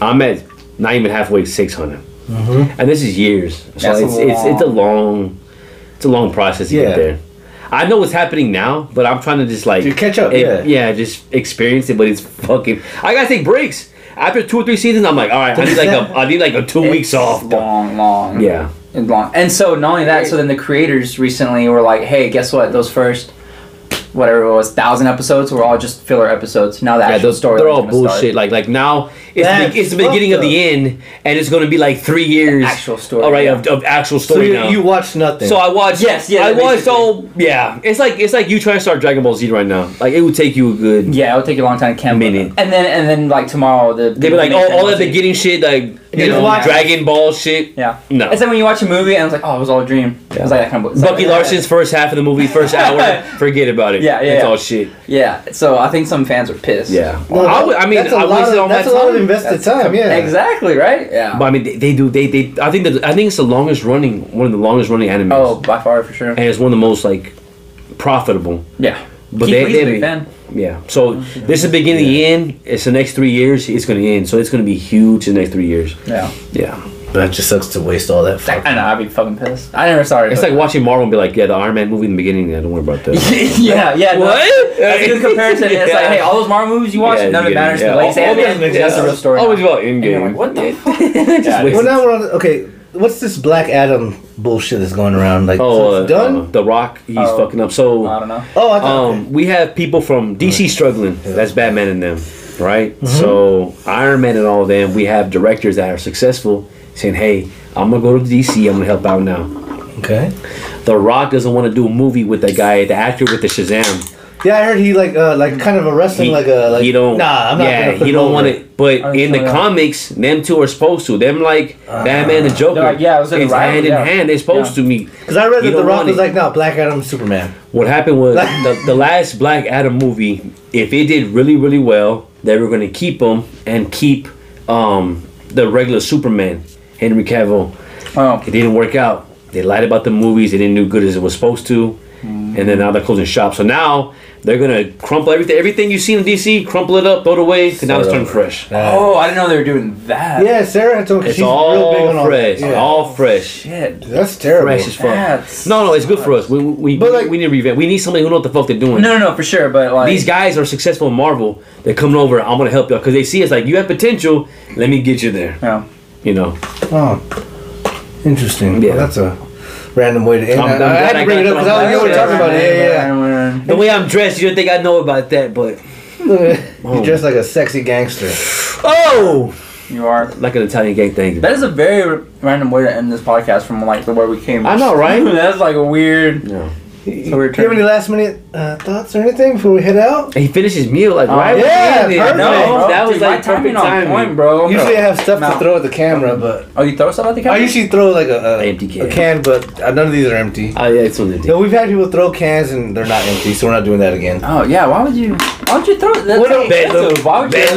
S4: I'm at not even halfway 600, and this is years. So
S1: That's
S4: it's, it's it's a long it's a long process to
S2: Yeah.
S4: get there. I know what's happening now, but I'm trying to just like
S2: To catch up,
S4: it-
S2: yeah.
S4: just experience it. But it's fucking. I gotta take breaks after two or three seasons. I'm like, all right, I need like a I need like a two weeks
S1: It's
S4: off.
S1: Long, long.
S4: Yeah.
S1: and long. And so not only that, so then the creators recently were like, "Hey, guess what? Those first whatever it was, thousand episodes were all just filler episodes. Now that
S4: Yeah,
S1: actual
S4: those
S1: story,
S4: they're all bullshit. Like like now, it's,
S2: That's
S4: the, it's the beginning of
S2: fucked
S4: the end, and it's gonna be like three years.
S1: actual story,
S4: All right,
S1: yeah.
S4: of, of actual
S2: So
S4: story
S2: you,
S4: now.
S2: you watch nothing.
S4: so I watched.
S1: Yes, yeah,
S4: I watched
S1: basically.
S4: all. Yeah, it's like it's like you trying to start Dragon Ball Z right now. Like it would take you a good.
S1: Yeah, it would take you a long time to camp
S4: Minute.
S1: And then and then like tomorrow, the
S4: They'd be like, oh, all that beginning shit, like you
S1: just
S4: know,
S1: watch-
S4: Dragon Ball shit.
S1: Yeah,
S4: No.
S1: It's like when you watch a movie and it's like, oh, it was all a dream. It was like that kind of. it's
S4: Bucky
S1: like,
S4: Larson's first half of the movie,
S1: <laughs>
S4: first hour, forget about it.
S1: Yeah, yeah,
S4: It's
S1: yeah.
S4: all shit.
S1: Yeah, so I think some fans are pissed.
S4: Yeah.
S2: No,
S4: I, would,
S2: that-
S4: I mean,
S2: that's a
S4: I
S2: lot
S4: wasted
S2: of-
S4: all my
S2: That's a lot of
S4: time.
S2: invested time, yeah.
S1: exactly right. Yeah.
S4: But I mean, they, they do. They, they. I think that I think it's the longest running, one of the longest running animes.
S1: oh, by far for sure.
S4: and it's one of the most like profitable.
S1: Yeah.
S4: But
S1: Keith
S4: they-
S1: Lee's a
S4: they-
S1: big fan.
S4: Yeah. So
S1: Oh,
S4: this is the beginning, the end. It's the next three years. It's going to end. So it's going to be huge in the next three years.
S1: Yeah.
S4: Yeah.
S2: But it just sucks to waste all that. Fuck.
S1: I know. I'd be fucking pissed. I never started.
S4: It's
S1: but- <laughs>
S4: like watching Marvel and be like, yeah, the Iron Man movie in the beginning. Yeah, don't worry about that.
S1: yeah, yeah. no,
S4: What?
S1: that's a good comparison. It's like,
S4: Yeah.
S1: hey, all those Marvel movies you watch,
S4: Yeah,
S1: none of it
S4: yeah,
S1: matters.
S4: yeah.
S1: The latest
S4: All- all
S1: anime,
S2: doesn't make
S1: that's the
S2: sense.
S1: real story.
S4: Always about
S1: And you're
S4: Endgame.
S1: like, what
S4: <laughs>
S1: the fuck?
S4: Just
S1: Yeah,
S2: Well,
S4: wasted.
S2: now we're on. Okay, what's this Black Adam bullshit that's going around? Like,
S4: Oh,
S2: so
S4: uh,
S2: it's done.
S4: uh, the Rock. He's
S1: Oh.
S4: fucking up. So
S1: I don't know.
S2: oh, I thought.
S4: Um, we have people from DC struggling. That's Batman and them, right?
S2: Mm-hmm.
S4: So Iron Man and all of them. We have directors that are successful saying, "Hey, I'm gonna go to DC. I'm gonna help out now."
S2: okay.
S4: The Rock doesn't want to do a movie with that guy, the actor with the Shazam.
S2: Yeah, I heard he like uh, like kind of a wrestling
S4: He,
S2: like a like.
S4: he don't.
S2: Nah, I'm not.
S4: Yeah,
S2: gonna put
S4: he
S2: him
S4: don't
S2: over.
S4: want it. But
S1: I'm
S4: in the
S1: sorry.
S4: comics, them two are supposed to. Them like
S2: Ah.
S4: Batman and Joker.
S1: like, yeah, it was in
S4: it's
S1: the rival,
S4: hand in
S1: yeah.
S4: hand. They're supposed
S1: Yeah.
S4: to meet.
S2: Because I read
S4: You
S2: that The
S4: don't
S2: Rock
S4: want
S2: was
S4: it.
S2: like, no, Black Adam, Superman.
S4: What
S2: <laughs>
S4: happened was the, the last Black Adam movie, if it did really, really well, they were going to keep him and keep um, the regular Superman, Henry Cavill.
S1: Oh,
S4: It didn't work out. They lied about the movies. They didn't do good as it was supposed to.
S2: Mm-hmm.
S4: And then now they're closing shop. So now they're going to crumple everything. Everything you see in DC, crumple it up, throw it away, because now it's turning fresh.
S1: oh, I didn't know they were doing that.
S2: Uh, Yeah, Sarah had told me 'cause
S4: It's
S2: she's real big
S4: all
S2: on all
S4: fresh.
S2: Yeah.
S4: All fresh.
S1: Shit.
S2: That's terrible.
S4: Fresh as fuck.
S1: That's-
S4: No, no, it's good for us. We, we,
S2: But,
S4: we,
S2: like-
S4: we need to revamp. We need somebody who know what the fuck they're doing.
S1: No, no, no, for sure. But like,
S4: These guys are successful in Marvel. They're coming over. I'm gonna help y'all because they see us like you have potential. Let me get you there.
S1: Yeah.
S4: You know.
S2: Oh, interesting.
S4: Yeah.
S2: Yeah, that's a random way to end.
S4: I'm-
S2: I,
S4: I'm
S2: I had
S4: glad
S2: to
S4: I
S2: bring it
S4: got
S2: up because I
S4: that.
S2: was you were talking about it. Yeah,
S4: The way I'm dressed, you don't think I know about that, but
S2: yeah. yeah. <laughs> you dressed like a sexy gangster.
S4: oh,
S1: You are.
S4: like an Italian gang thing.
S1: That is a very r- random way to end this podcast from like the way we came.
S4: I know, right?
S1: <laughs> That's like a weird.
S4: No.
S2: So
S1: we're
S2: Do you have any last minute uh, thoughts or anything before we head out?
S4: And he finished his meal like right. when
S2: yeah,
S4: he
S2: perfect.
S4: ended.
S1: No,
S2: bro.
S4: that was
S1: Oh, Dude,
S4: like
S1: my
S4: perfect
S1: timing on
S4: timing.
S1: point, bro.
S2: Usually I have stuff
S1: Oh, No.
S2: to throw at the camera, but
S1: Oh, you throw stuff at the
S2: I
S1: camera?
S2: usually throw like a, a
S4: Empty can.
S2: a can, but uh, none of these are empty.
S4: Oh yeah, it's on the
S2: No, we've had people throw cans and they're not empty, so we're not doing that again.
S1: Oh yeah, why would you? Why would you throw that?
S2: What a
S1: expensive. Why would you? <laughs>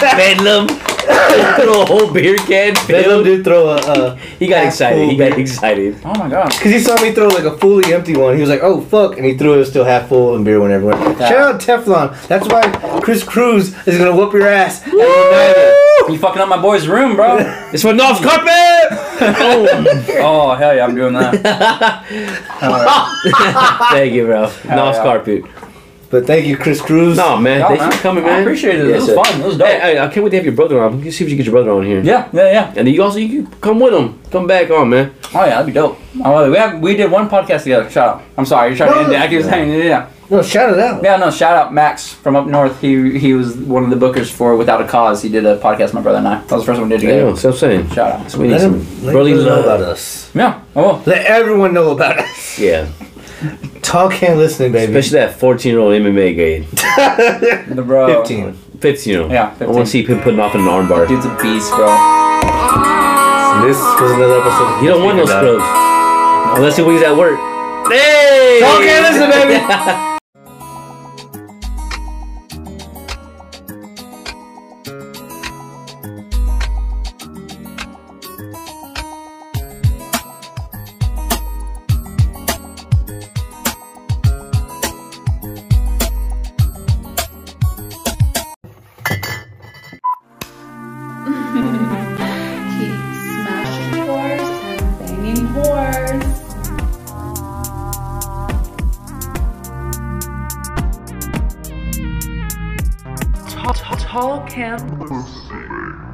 S4: Bedlam, bedlam. <laughs> Throw a whole beer can.
S2: Bedlam
S4: filled.
S2: did throw a. Uh,
S4: He got excited. He got excited.
S1: Oh my god.
S2: Cause he saw me throw like a fully empty one. He was like, "Oh fuck!" and he threw it, it was still half full, and beer went everywhere. Shout out Teflon. That's why Chris Cruz is gonna whoop your ass. at United.
S1: You fucking up my boy's room, <laughs> bro.
S4: It's for North Carpet.
S1: oh hell yeah, I'm doing that.
S4: Thank you, bro. North
S1: yeah.
S4: Carpet.
S2: But thank you, Chris Cruz.
S4: No, man.
S1: No,
S4: Thanks
S1: man.
S4: for coming,
S1: I
S4: man.
S1: appreciate it. This
S4: sir.
S1: was fun. This was dope.
S4: Hey, hey, I can't wait to have your brother on. Let's see if you can get your brother on here.
S1: Yeah, yeah, yeah.
S4: And then you also you can come with him. Come back on, man.
S1: Oh yeah, that'd be dope. I love it. We have we did one podcast together. Shout out. I'm sorry, you're trying to end it. I keep saying yeah.
S2: no, shout it out.
S1: Yeah, no, shout out Max from up north. He he was one of the bookers for Without a Cause. He did a podcast with my brother and I. That was the first one we did
S4: Yeah,
S1: together.
S4: so I'm saying.
S1: Shout out.
S4: So we need
S2: Let him
S4: some
S2: let
S4: brotherly
S2: people know
S4: love.
S2: about us.
S1: Yeah. Oh.
S2: Let everyone know about us.
S4: Yeah,
S2: Talk and listening, baby.
S4: especially that 14 year old MMA guy,
S1: The bro.
S2: fifteen.
S4: 15 year old.
S1: Yeah,
S4: I
S1: 15.
S4: want to see him putting off an armbar.
S1: Dude's a beast, bro.
S2: This was another episode. of
S4: You don't want no
S2: Talk
S4: scrubs unless he was at work. Hey!
S2: and listen, baby.
S9: keep smashing doors and banging whores.
S8: Tall, tall can.